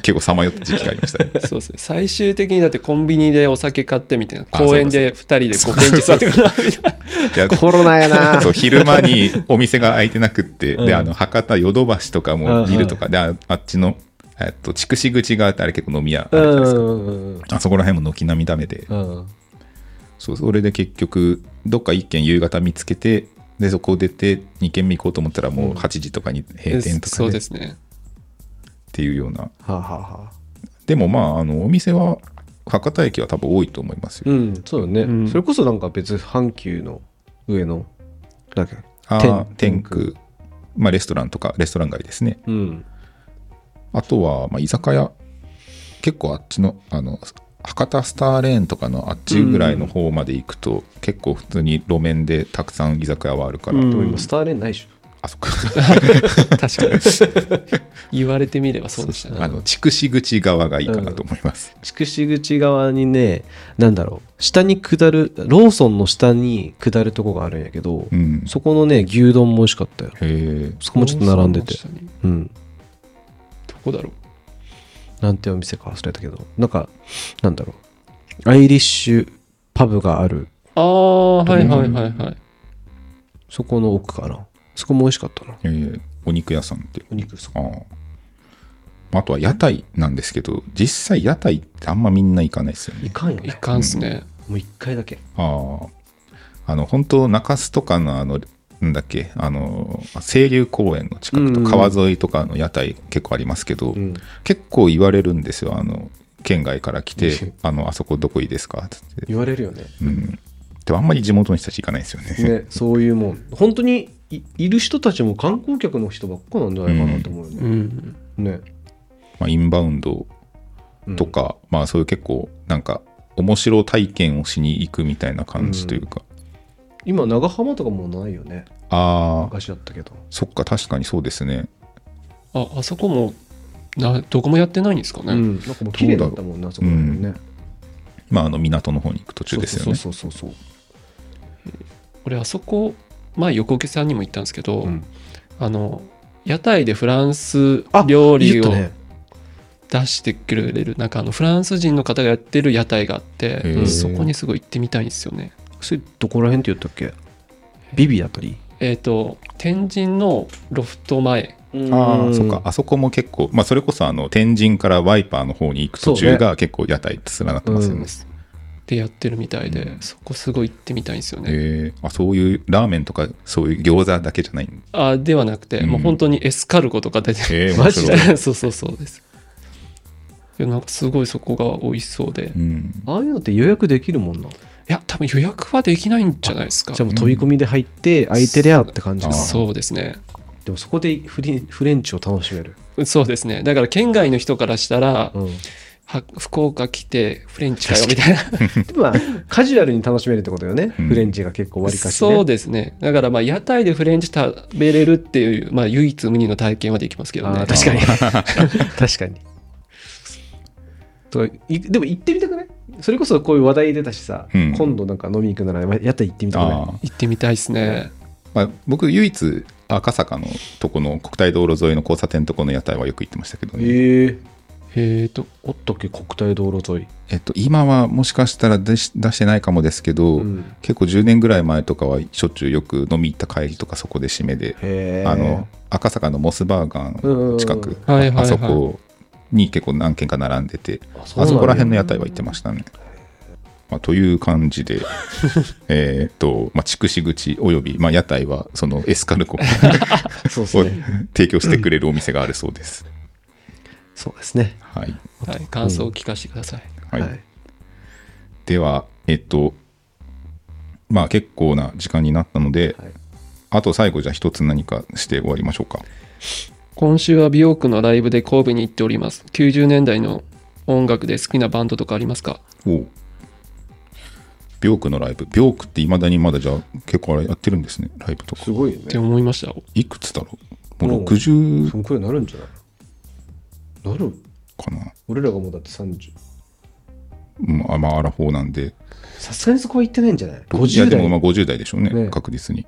結構さまよった時期がありましたねそうですね最終的にだってコンビニでお酒買ってみたいなあそう公園で2人で5ベンチ座ってからみたいいやコロナや *laughs* なそう昼間にお店が開いてなくって、うんであの博多ヨドバシとかも見るとか、でああっちの、えっと、筑紫口があってあれ結構飲み屋あうるじゃないですか、んうんあそこら辺も軒並みダメで、うんそうそれで結局どっか1軒夕方見つけてでそこを出て2軒目行こうと思ったらもう8時とかに閉店なとかそうででっすねていうようなはあはあはあでもまああのお店は博多駅は多分多いと思いますよ、うんそうよね、うんそれこそなんか別阪急の上のだっけあー天天空まあレストランとかレストラン街ですねうんあとは、まあ、居酒屋、結構あっちの、あの、博多スターレーンとかのあっちぐらいの方まで行くと、結構普通に路面でたくさん居酒屋はあるから、うんでも今スターレーンないでしあそこ、確かに *laughs* 言われょればそうでしたねあの、筑紫口側がいいかなと思います。ょ筑紫口側にねなんだろう下に下るローソンの下に下るとこがあるんやけど、うん。そこのね牛丼も美味しかったよへえ。そこもちょっと並んでてどうんこだろうなんてお店か忘れたけどなんかなんだろうアイリッシュパブがあるああはいはいはいはいそこの奥かなそこも美味しかったなへえお肉屋さんって。お肉そああ。あとは屋台なんですけど、実際屋台ってあんまみんな行かないですよね。いかんよいねかんっすねもう一回だけああ。あの、本当中洲とかの、あの、なんだっけ、あの、清流公園の近くうとんうん川沿いとかの屋台結構ありますけど、うん結構言われるんですよ、あの、県外から来うんて、あの、あそこどこいいですかつって。言われるよねうん。でもあんまり地元の人たち行かないですよね。ねそういうもん本当にいいる人たちも観光客の人ばっかなんじゃないかなと思うようね,、んねまあ、インバウンドうんとか、まあそういう結構、なんか、面白体験をしに行くみたいな感じというか、今長浜とかもうないよねああ、昔だったけどそっか、確かにそうですね。ああそこもなどこもやってないんですかね、うんなんかもう綺麗だったもんなそこら辺ね、まあ、あの、港の方に行く途中ですよね。そうそうそうそう俺あそこ前横受さんにも言ったんですけそど、う、うんあの屋台でフランスあ料理言っをたね出してくれるなんかあのフランス人の方がやってる屋台があっへてえそこにすごい行ってみたいんですよねそれどこら辺って言ったっけビビだったりえっ、と天神のロフト前ああ、そっか、あそこも結構、まあ、それこそあの天神からワイパーの方に行く途中が結構屋台って連なってますよね。でやってるみたいで、うんそこすごい行ってみたいんですよね、えーあそういうラーメンとかそういう餃子だけじゃないんあではなくて、うんもう本当にエスカルゴとか出てえーマジで面白い *laughs* そうそうそうですいやなんかすごいそこが美味しそうで、ういん、ああいうのって予約できるもんなや多分予約はできないんじゃないですかじゃあもう飛び込みで入って空いてりゃって感じかあーそうですねでもそこでフリフレンチを楽しめる、そうですねだから県外の人からしたら、うん、は福岡来てフレンチかよみたいなでもまあカジュアルに楽しめるってことよね、うんフレンチが結構わりかし、ね、そうですねだからまあ屋台でフレンチ食べれるっていう、まあ、唯一無二の体験はできますけどあねー確かに *laughs* 確かにとかいでも行ってみたくないそれこそこういう話題出たしさ、うん今度なんか飲みに行くならやったら行ってみたくないあー行ってみたいですねまあ、僕唯一赤坂のとこの国体道路沿いの交差点のとこの屋台はよく行ってましたけどね、ええええーとおったっけ国体道路沿い、っと、今はもしかしたら出し出してないかもですけど、うん結構10年ぐらい前とかはしょっちゅうよく飲み行った帰りとかそこで締めでへえあの赤坂のモスバーガーの近うんく、はいはいはいあそこに結構何軒か並んでて、あそうあなんそやこら辺の屋台は行ってましたね。まあ、という感じ *laughs* で、えーっと、まあ、筑紫口および、まあ、屋台はそのエスカルコを *laughs* そうですね提供してくれるお店があるそうです。そうですねはい。はい、感想を聞かせてください、はいでは、えっと、まあ結構な時間になったので、はいあと最後じゃあ一つ何かして終わりましょうか。今週は美容区のライブで神戸に行っております90年代の音楽で好きなバンドとかありますかおうビョークのライブ。ビョークっていまだにまだじゃあ結構あれやってるんですね、ライブとかす。ごいってね思いましたいくつだろうももうう60そのくらいになるんじゃないなるかな。俺らがもうだって30うんあまあ、アラフォーなんで。さすがにそこは行ってないんじゃないいや、 50でも代まあ50代でしょうね、ね確実に。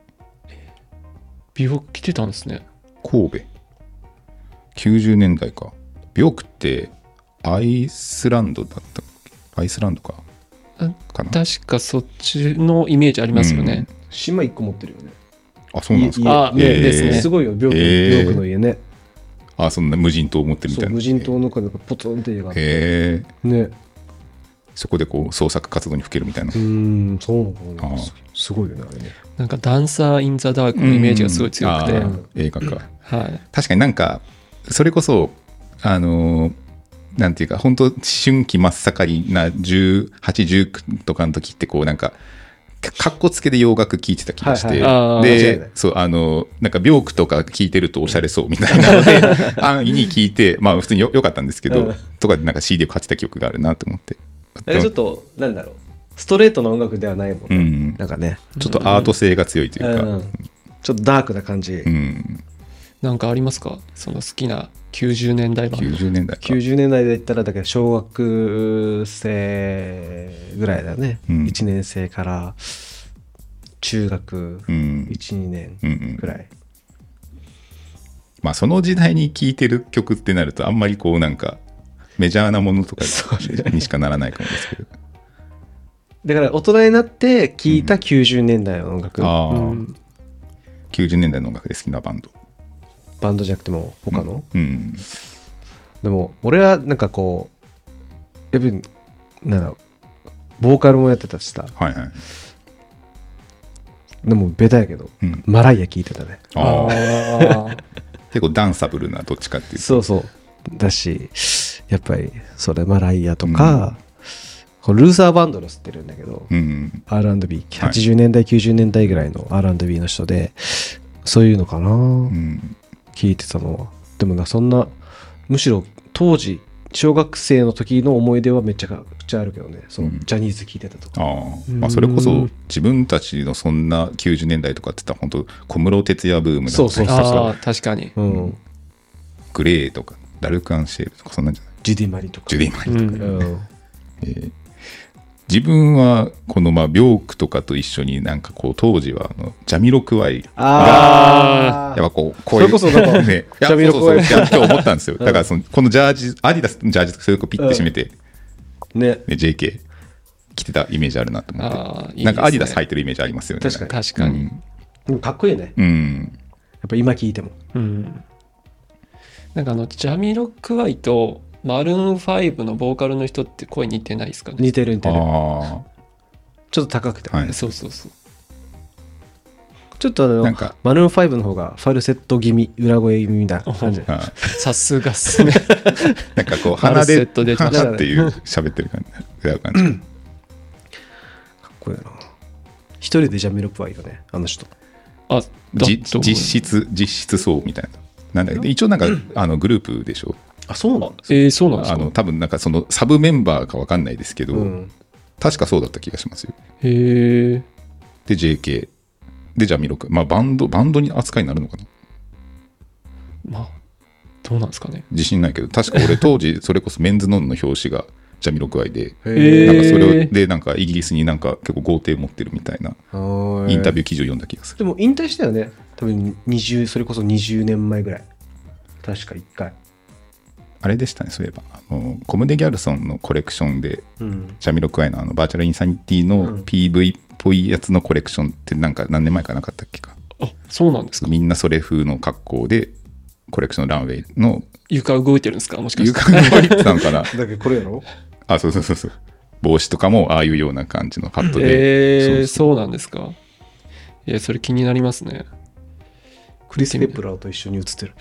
美容来てたんですね。神戸。90年代か。ビョークって、アイスランドだったっけアイスランドか。あかな。確かそっちのイメージありますよね。島1個持ってるよねあ、そうなんですいか。あね、えーですね。すごいよ病気,、えー病気の家ねあ、そんな無人島を持ってるみそたいうな。無人島の中でポツンって家があってへえ。ねそこでこう創作活動にふけるみたいなう。ーんそうなのかあなあすすごいよねあれねなんかダンサー・イン・ザ・ダークのイメージがすごい強くて、うんあー映画か。はい、確かになんか、それこそ、あのーなんていうか、本当思春期真っ盛りな18、19とかの時って、こうなんか、かかっこつけで洋楽聴いてた気がして、はいはいあー間違いなでい、そう、あの、なんか、ビョークとか聴いてるとおしゃれそうみたいなの *laughs* で、安易に聴いて、まあ、普通によ良かったんですけど、うんとかでなんか CD を買ってた記憶があるなと思って。あれちょっとなんだろうストレートな音楽ではないもんうね、ん。なんかねちょっとアート性が強いというか、うんちょっとダークな感じ、うん、なんかありますかその好きな90年代版。 90年代か。 90年代で言ったらだけど小学生ぐらいだね、うん1年生から中学うん。 12年うんうんぐらい、まあその時代に聴いてる曲ってなるとあんまりこうなんかメジャーなものとかにしかならないかもですけど。だから大人になって聴いた90年代の音楽、ああ、うん90年代の音楽で好きなバンド。バンドじゃなくても他の、うん。でも俺はなんかこうやっぱりなんだろうボーカルもやってたしさはいはい。でもベタやけどうん、マライア聴いてたねあああー *laughs* 結構ダンサブルなどっちかっていうと。そうそう。だし、やっぱり、それ、マライアとか、このルーサーバンドロスってるんだけど、うん。 R&B、はい80年代、90年代ぐらいの R&B の人で、そういうのかな、うん。聞いてたのは。でもな、そんな、むしろ当時、小学生の時の思い出はめちゃくちゃあるけどね、そのうんジャニーズ聞いてたとか。ああ。まあそれこそ自分たちのそんな90年代とかって言ったら本当小室哲哉ブームだったりそうそうそうとかあー、確かに。うん。グレーとか、ダルクアンシェールとかそんなんじゃないジュディ・マリとか。ジュディマリうとか。んうんえー自分はこのまあビョークとかと一緒になんかこう当時はあのジャミロクワイあやっあ。ぱこう、こういう。それこそなんか *laughs* ね、いやジャミロクワイそうそうそういや今日思ったんですよ。だからその、このジャージ、アディダスのジャージとか、それをこうピッて締めて、ね。ね、JK 着てたイメージあるなと思って。あーいいですねなんかアディダス履いてるイメージありますよね。確かに確かに。でもかっこいいね。うん。うん。やっぱ今聞いても。うんなんかあの、ジャミロクワイとマルーン5のボーカルの人って声似てないですかね。似てる似てる。あちょっと高くてあ。。 *laughs* はい。そうそうそう。ちょっとあのなんかマルーン5の方がファルセット気味裏声気味みたいな感じはいさすがっ *laughs* すね。なんかこう、マ鼻ルセで、ット出てましたね鼻っていう喋ってる感じ、歌う感じ。かっこいいな一人でジャミロクワイよねあの人あ、だじと思う実質、実質そうみたいな。なんだ一応なんか、あの、グループでしょ。あそうなのえー、そうなんですあかの、多分なんかその、サブメンバーかわかんないですけど、うん確かそうだった気がしますよ。へえ。で JK でジャミロクまあバンドバンドに扱いになるのかなまあ、どうなんですかね。自信ないけど確か *laughs* 俺当時それこそメンズノンの表紙がジャミロクワイで、へーなんかそれをでなんかイギリスになんか結構豪邸持ってるみたいなインタュービュー記事を読んだ気がする、でも引退したよね多分20それこそ20年前ぐらい確か1回あれでしたねそういえばあのコムデ・ギャルソンのコレクションでうんジャミロクワイのあのバーチャルインサニティうのん PV っぽいやつのコレクションってなんか何年前かなかったっけかあ、そうなんですか。みんなそれ風の格好でコレクションランウェイの床動いてるんですかもしかして。床に置いてたのか *laughs* なだけどこれやろあ、そうそうそうそう。帽子とかもああいうような感じのハットで。えー、そそうなんですか。えそれ気になりますね。クリス・ペプラーと一緒に写ってる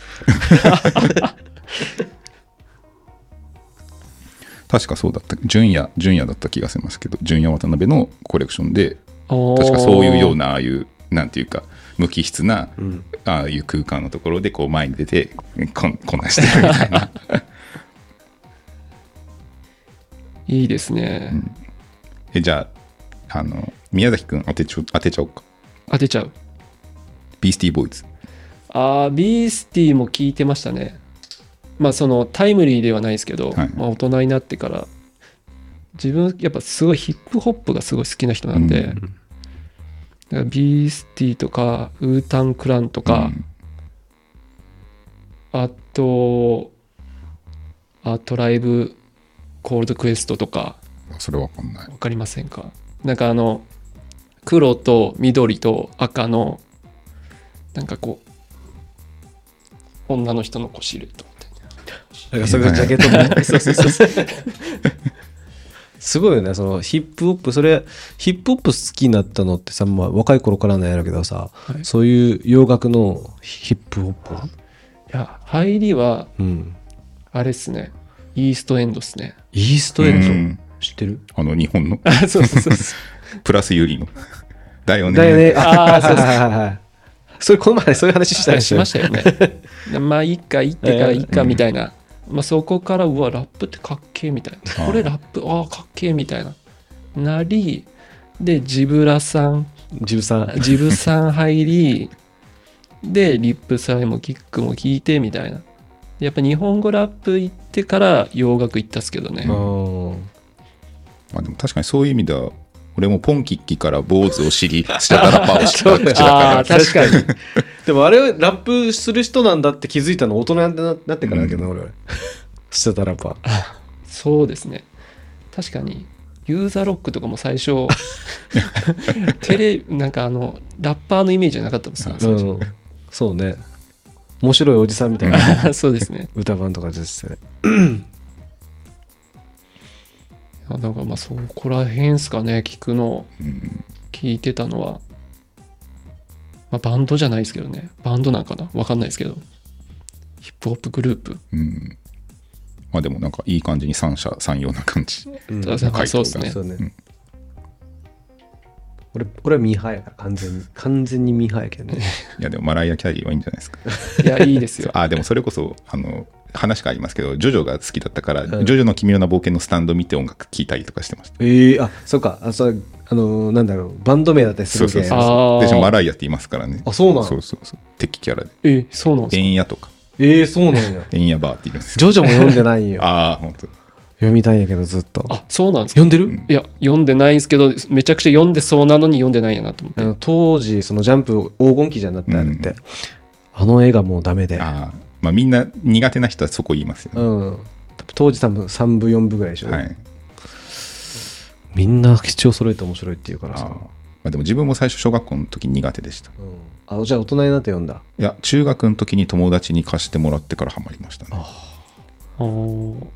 確かそうだった。純也、純也だった気がしますけど、純也渡辺のコレクションで、確確かそういうよう。な、ああいう、なんていうか、無機質な、んああいう空間のところで、こう前に出て、こんこんなんしてるみたい *laughs* な。いいですね。えじゃあ、あの、宮崎くん当てちょ当てちゃおうか。当てちゃう。ビースティーボーイズ。あービースティーも聞いてましたね。まあそのタイムリーではないですけど、はいまあ、大人になってから自分やっぱすごいヒップホップがすごい好きな人なんで、うだからビースティとかウータンクランとか、あとあとライブコールドクエストとかうんそれわかんないわかりませんかなんかあの黒と緑と赤のなんかこう女の人の腰シルエットみたいなだからそれがジャケット *laughs* だそうそうそう *laughs* すごいよねそのヒップホップそれヒップホップ好きになったのってさ、まあ、若い頃からなんやろうけどさ、いそういう洋楽のヒップホップ、いや入りはうん、あれっすねイーストエンドっすねイーストエンド、うん知ってるあの日本 *laughs* のあ *laughs* そうそうそうそプラスユリのだよねだよね *laughs* あーそうそうはいはいはい *laughs* それこの前そういう話したうりしましたよね *laughs* まあいいかいってからいいかみたいな、まあ、そこからうわラップってかっけえみたいなあこれラップああかっけえみたいななりでジブラさんジブさんジブさん入りでリップスライムもキックも聞いてみたいなやっぱ日本語ラップ行ってから洋楽行ったっすけどね、うんまあでも確かにそういう意味では俺もポンキッキから坊主を知り下からパーを知 *laughs* った口だあからあ確かにでもあれはラップする人なんだって気づいたの大人にななってからだけどね、俺は *laughs* してたラッパーそうですね確かにユーザーロックとかも *laughs* 最初テレなんかあのラッパーのイメージじゃなかったもんね最初うんそうね面白いおじさんみたいな *laughs* そうですね歌番とかですねあなんかまあそこら辺っすかね聞くのうん聞いてたのは、まあ、バンドじゃないですけどねバンドなんかなわかんないですけどヒップホップグループ、うんまあでもなんかいい感じに三者三様な感じうんそう高いそうですとこねそうね、ん俺俺はミーハーやから完全に完全にミーハーやけどねいやでもマライア・キャリーはいいんじゃないですかいやいいですそう *laughs* よあでもそれこそあの話がありますけどジョジョが好きだったから、んジョジョの君の名冒険のスタンド見て音楽聴いたりとかしてましたええあそうかあそうあのーなんだろうバンド名だったりすそるうみたそいうなそうあーでしかもマライアって言いますからねあそうなのそうそうそう敵キャラでえそうなん「エですかンヤ」とかええそうなんや「エンヤバー」って言うんですジョジョも読んでないん *laughs* よああ本当。読みたいんやけどずっとあそうなんですか読んでる、いや読んでないんですけどめちゃくちゃ読んでそうなのに読んでないんやなと思ってあの当時そのジャンプ黄金期じゃなくてあれって、うんあの映画もうダメで、ああまあみんな苦手な人はそこ言いますよね、うん、当時多分3部4部ぐらいでしょ、はいみんな口を揃えて面白いって言うかあらーさまあでも自分も最初小学校の時苦手でしたうんあ,、じゃあ大人になって読んだいや中学の時に友達に貸してもらってからハマりましたねあおー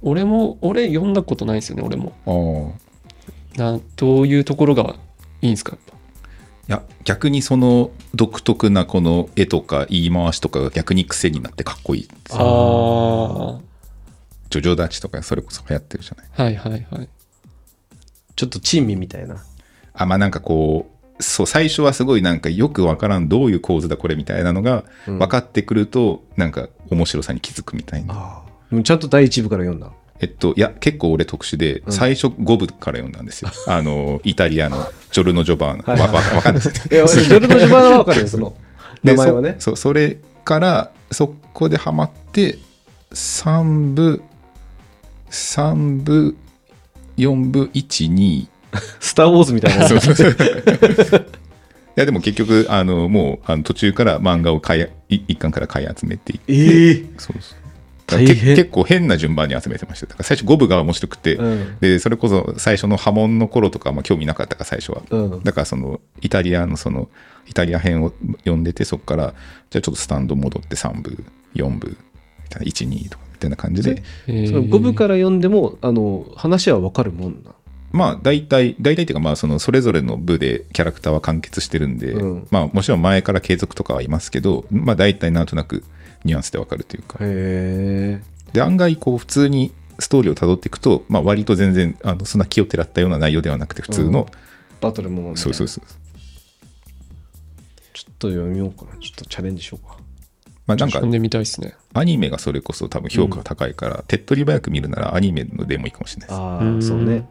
俺も俺読んだことないんですよね俺もあーなどういうところがいいんですかやっぱいや逆にその独特なこの絵とか言い回しとかが逆に癖になってかっこいいああはジョジョ立ちとかそれこそ流行ってるじゃない。いはいはいちょっと珍味みたいなあ、まあなんかこう、そう、最初はすごいなんかよくわからんどういう構図だこれみたいなのがうん分かってくると、なんか面白さに気づくみたいな。ああちゃんと第一部から読ん *laughs* だえっと、いや、結構俺特殊で、最初5部から読んだんですよ。あの、イタリアのジョルノ・ジョバーナ。はいわはいわわかんないです *laughs* いや俺ジョルノ・ジョバーナは分かるよそ *laughs* ので名前はねそそうそれからそこでハマって3部3部4部12 「スター・ウォーズ」みたいなそうそうそういやでも結局あのもうあの途中から漫画を買いい一巻から買い集めていって *laughs* ええそうそう大け変結構変な順番に集めてましただから最初5部が面白くて、うんでそれこそ最初の波紋の頃とか、まあ、興味なかったから最初は、うんだからそのイタリアのそのイタリア編を読んでてそこからじゃあちょっとスタンド戻って3部4部みたいな12とかみたいな感じでその5部から読んでもあの話は分かるもんなまあ大体大体っていうかまあそのそれぞれの部でキャラクターは完結してるんで、うんまあもちろん前から継続とかはいますけどまあ大体なんとなくニュアンスでわかるというかへえで案外こう普通にストーリーをたどっていくと、まあ、割と全然あのそんな気をてらったような内容ではなくて普通の、バトルものみたいそうなそうそうちょっと読みようかなちょっとチャレンジしようかまあなんか読んでみたいですねアニメがそれこそ多分評価が高いから、手っ取り早く見るならアニメのでもいいかもしれないですああうんそうねでもね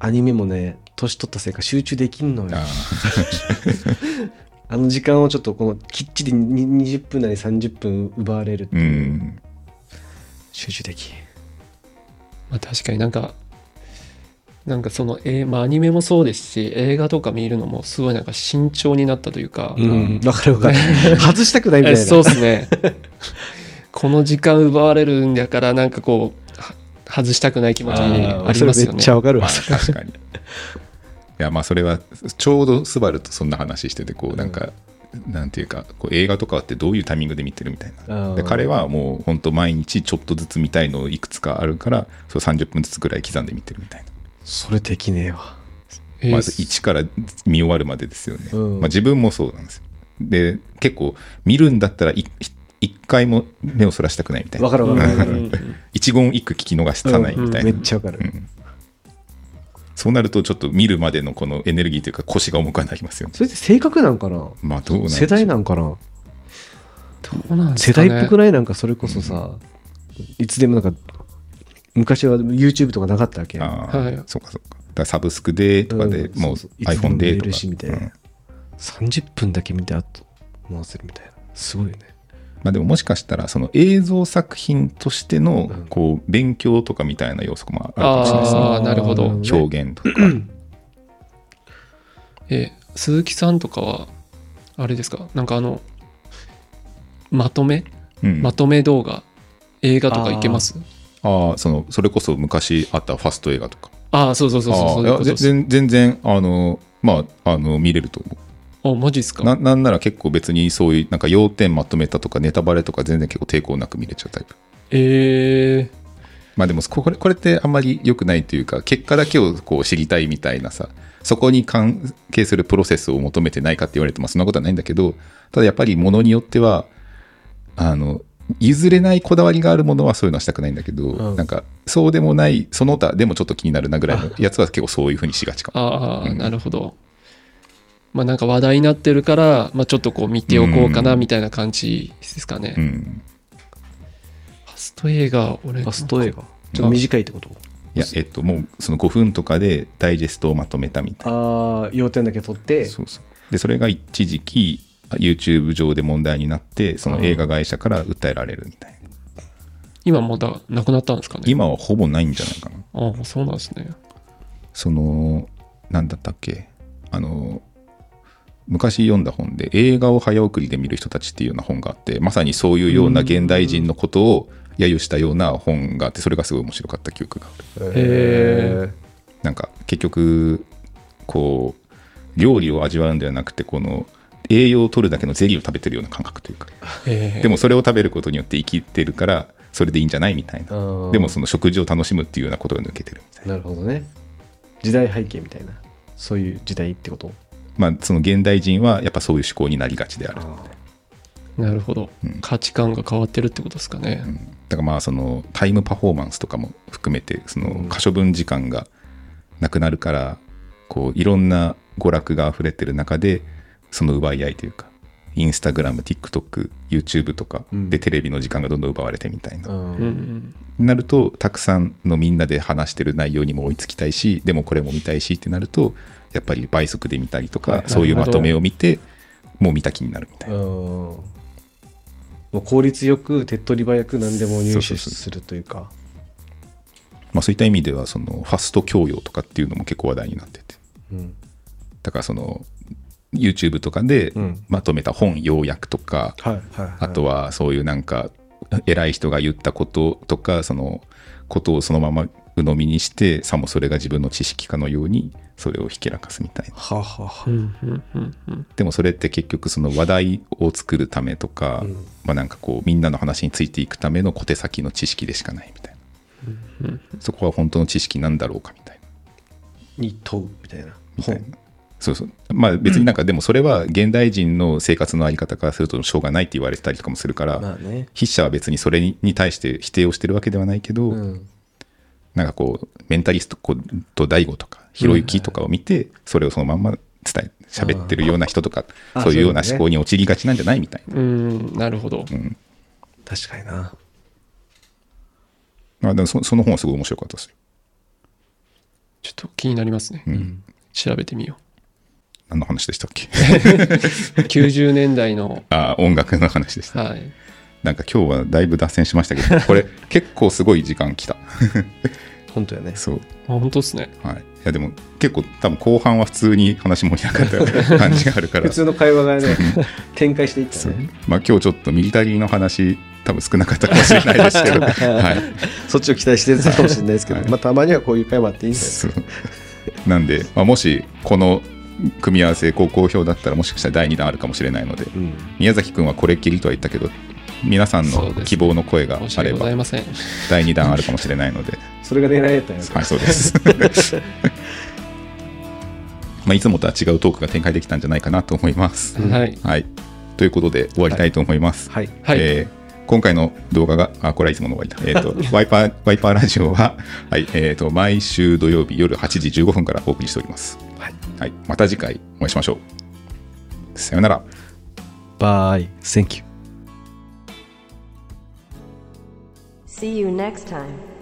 アニメもね年取ったせいか集中できんのよああーの時間をちょっとこのきっちりに20分なり30分奪われるってういう、ん集中できんまあ、確かになんか、なんかその、えーまあ、アニメもそうですし、映画とか見るのもすごいなんか慎重になったというか、うん、わかるわかる。外したくないみたいえな。そうですね。 *laughs* この時間奪われるんだから、なんかこう、は外したくない気持ちにああーりますそれよめねっち。ゃわかるまわあ。確かに。いやまあそれはちょうどスバルとそんな話しててこうなんか、なんていうかこう映画とかってどういうタイミングで見てるみたいな。うんで彼はもう本当毎日ちょっとずつ見たいのをいくつかあるからそう30分ずつぐらい刻んで見てるみたいな。それできねえわ。えーまず1から見終わるまでですよね。うんまあ、自分もそうなんですよ。で結構見るんだったらいい一回も目をそらしたくないみたいわかな。るわか *laughs* るわかうんる。一言一句聞き逃 *laughs* さないみたいめな。っちゃわかる。そうなるとちょっと見るまでのこのエネルギーというか腰が重くなりますよね。それって性格なんかなまあどうなんでしょ世う代なんかなそうなんです世か代ねっぽくないなんかそれこそさ、いつでもなんか、昔は YouTube とかなかったわけ。ああ、はいそうかそうか。だからサブスクでとかで、うんもうそうそういつでも iPhone で見れとるかしみたいなうん30分だけ見て、あと回せるみたいな。すごいよね。まあでももしかしたらその映像作品としてのうんこう勉強とかみたいな要素もあるかもしれないですね。あーなるほどね表現とか。えー鈴木さんとかは、あれですか、なんかあの、まとめ、うんまとめ動画、映画とかいけますああそのそれこそ昔あったファスト映画とかああー、そうそうそうそうそういうあこあといやです。全全然あのまああの見れると思お、マジっすうか。ななんなら結構別にそういうなんか要点まとめたとかネタバレとか全然結構抵抗なく見れちゃうタイプえまあでもここれこれってあんまり良くないというか結果だけをこう知りたいみたいなさそこに関係するプロセスを求めてないかって言われてもそんなことはないんだけどただやっぱりものによってはあの譲れないこだわりがあるものはそういうのはしたくないんだけど、うんなんかそうでもないその他でもちょっと気になるなぐら *laughs* いのやつは結構そういうふうにしがちかー、も。ああ、うんなるほど。まあなんか話題になってるから、まあちょっとこう見ておこうかなうんみたいな感じですかね。うん、ファスト映画、俺、ファスト映画。ちちょょっっとと短いってこといやえっともうその5分とかでダイジェストをまとめたみたいな。ああ、要点だけ取って、そうそうでそれが一時期 YouTube 上で問題になってその映画会社から訴えられるみたいな。今もうだ、なくなったんですかね。今はほぼないんじゃないかなああ、そうなんですね。その何だったっけあの昔読んだ本で映画を早送りで見る人たちっていうような本があってまさにそういうような現代人のことを揶揄したような本があってそれがすごい面白かった記憶があるへなんか結局こう料理を味わうんではなくてこの栄養を取るだけのゼリーを食べてるような感覚というかえでもそれを食べることによって生きてるからそれでいいんじゃないみたいなーでもその食事を楽しむっていうようなことが抜けてるみたいななるほどね。時代背景みたいな。そういう時代ってことまあその現代人はやっぱそういう思考になりがちであるあなるほど、うん価値観が変わってるってことですかね。だからまあそのタイムパフォーマンスとかも含めてその可処分時間がなくなるからこういろんな娯楽が溢れてる中でその奪い合いというかインスタグラム TikTokYouTube とかうんでテレビの時間がどんどん奪われてみたいな、あ。うんうんうんなるとたくさんのみんなで話してる内容にも追いつきたいしでもこれも見たいしってなるとやっぱり倍速で見たりとか、いそういうまとめを見てもう見た気になるみたいな。うんもう効率よく手っ取り早く何でも入そうそ手うそうするというかまあ、そういった意味ではそのファスト教養とかっていうのも結構話題になっててうんだからその YouTube とかでうんまとめた本要約とか、はいはいはいあとはそういうなんか偉い人が言ったこととかそのことをそのまま鵜呑みにしてさもそれが自分の知識かのようにそれをひけらかすみたいなはあはあはうあんうんうんうんでもそれって結局その話題を作るためとか、うんまあなんかこうみんなの話についていくための小手先の知識でしかないみたいな、そこは本当の知識なんだろうかみたいなに問うみたいなみたい本なそうそうまあ別になんかでもそれは現代人の生活の在り方からするとしょうがないって言われてたりとかもするから、まあね筆者は別にそれにに対して否定をしてるわけではないけど、うんなんかこうメンタリストと大悟とかひろゆきとかを見て、それをそのまんま伝え喋ってるような人とか、あーそういうようなそういうの思ね考に陥りがちなんじゃないみたいな。うんなるほど、確かになあでもそその本はすごい面白かったですよ。ちょっと気になりますね、調べてみよ何の話でしたっけ *laughs* う90年代のあ音楽の話でした。はい *laughs* なんか今日はだいぶ脱線しましたけど、これ結構すごい時間来た。本当やねそうあ本当ですね。はいいやでも結構多分後半は普通に話盛り上がった感じがあるか *laughs* ら普通の会話がね展開していったそうねまあ今日ちょっとミリタリーの話多分少なかったかもしれないですけ *laughs* どはいそっちを期待してたかもしれないですけど、はいまあ、たまにはこういう会話あっていいんだよそうなんで、まあ、もしこの組み合わせこう好評だったらもしかしたら第2弾あるかもしれないのでうん、宮崎君はこれっきりとは言ったけど皆さんそうのですね希望の声が申しあ訳れござばいません。第2弾あるかもしれないのでそれが狙いだったんやはいそうです *laughs* まあいつもとは違うトークが展開できたんじゃないかなと思います、はい。はい、ということで終わりたいと思います、はいはい。えー今回の動画が、あ、これはいつもの終わりだ。えっ、と、ワイパー、ワイパーラジオは、はい、えっ、と、毎週土曜日夜8時15分からお送りしております。はいはい、また次回お会いしましょう。さよなら。バイ Thank you See you next time.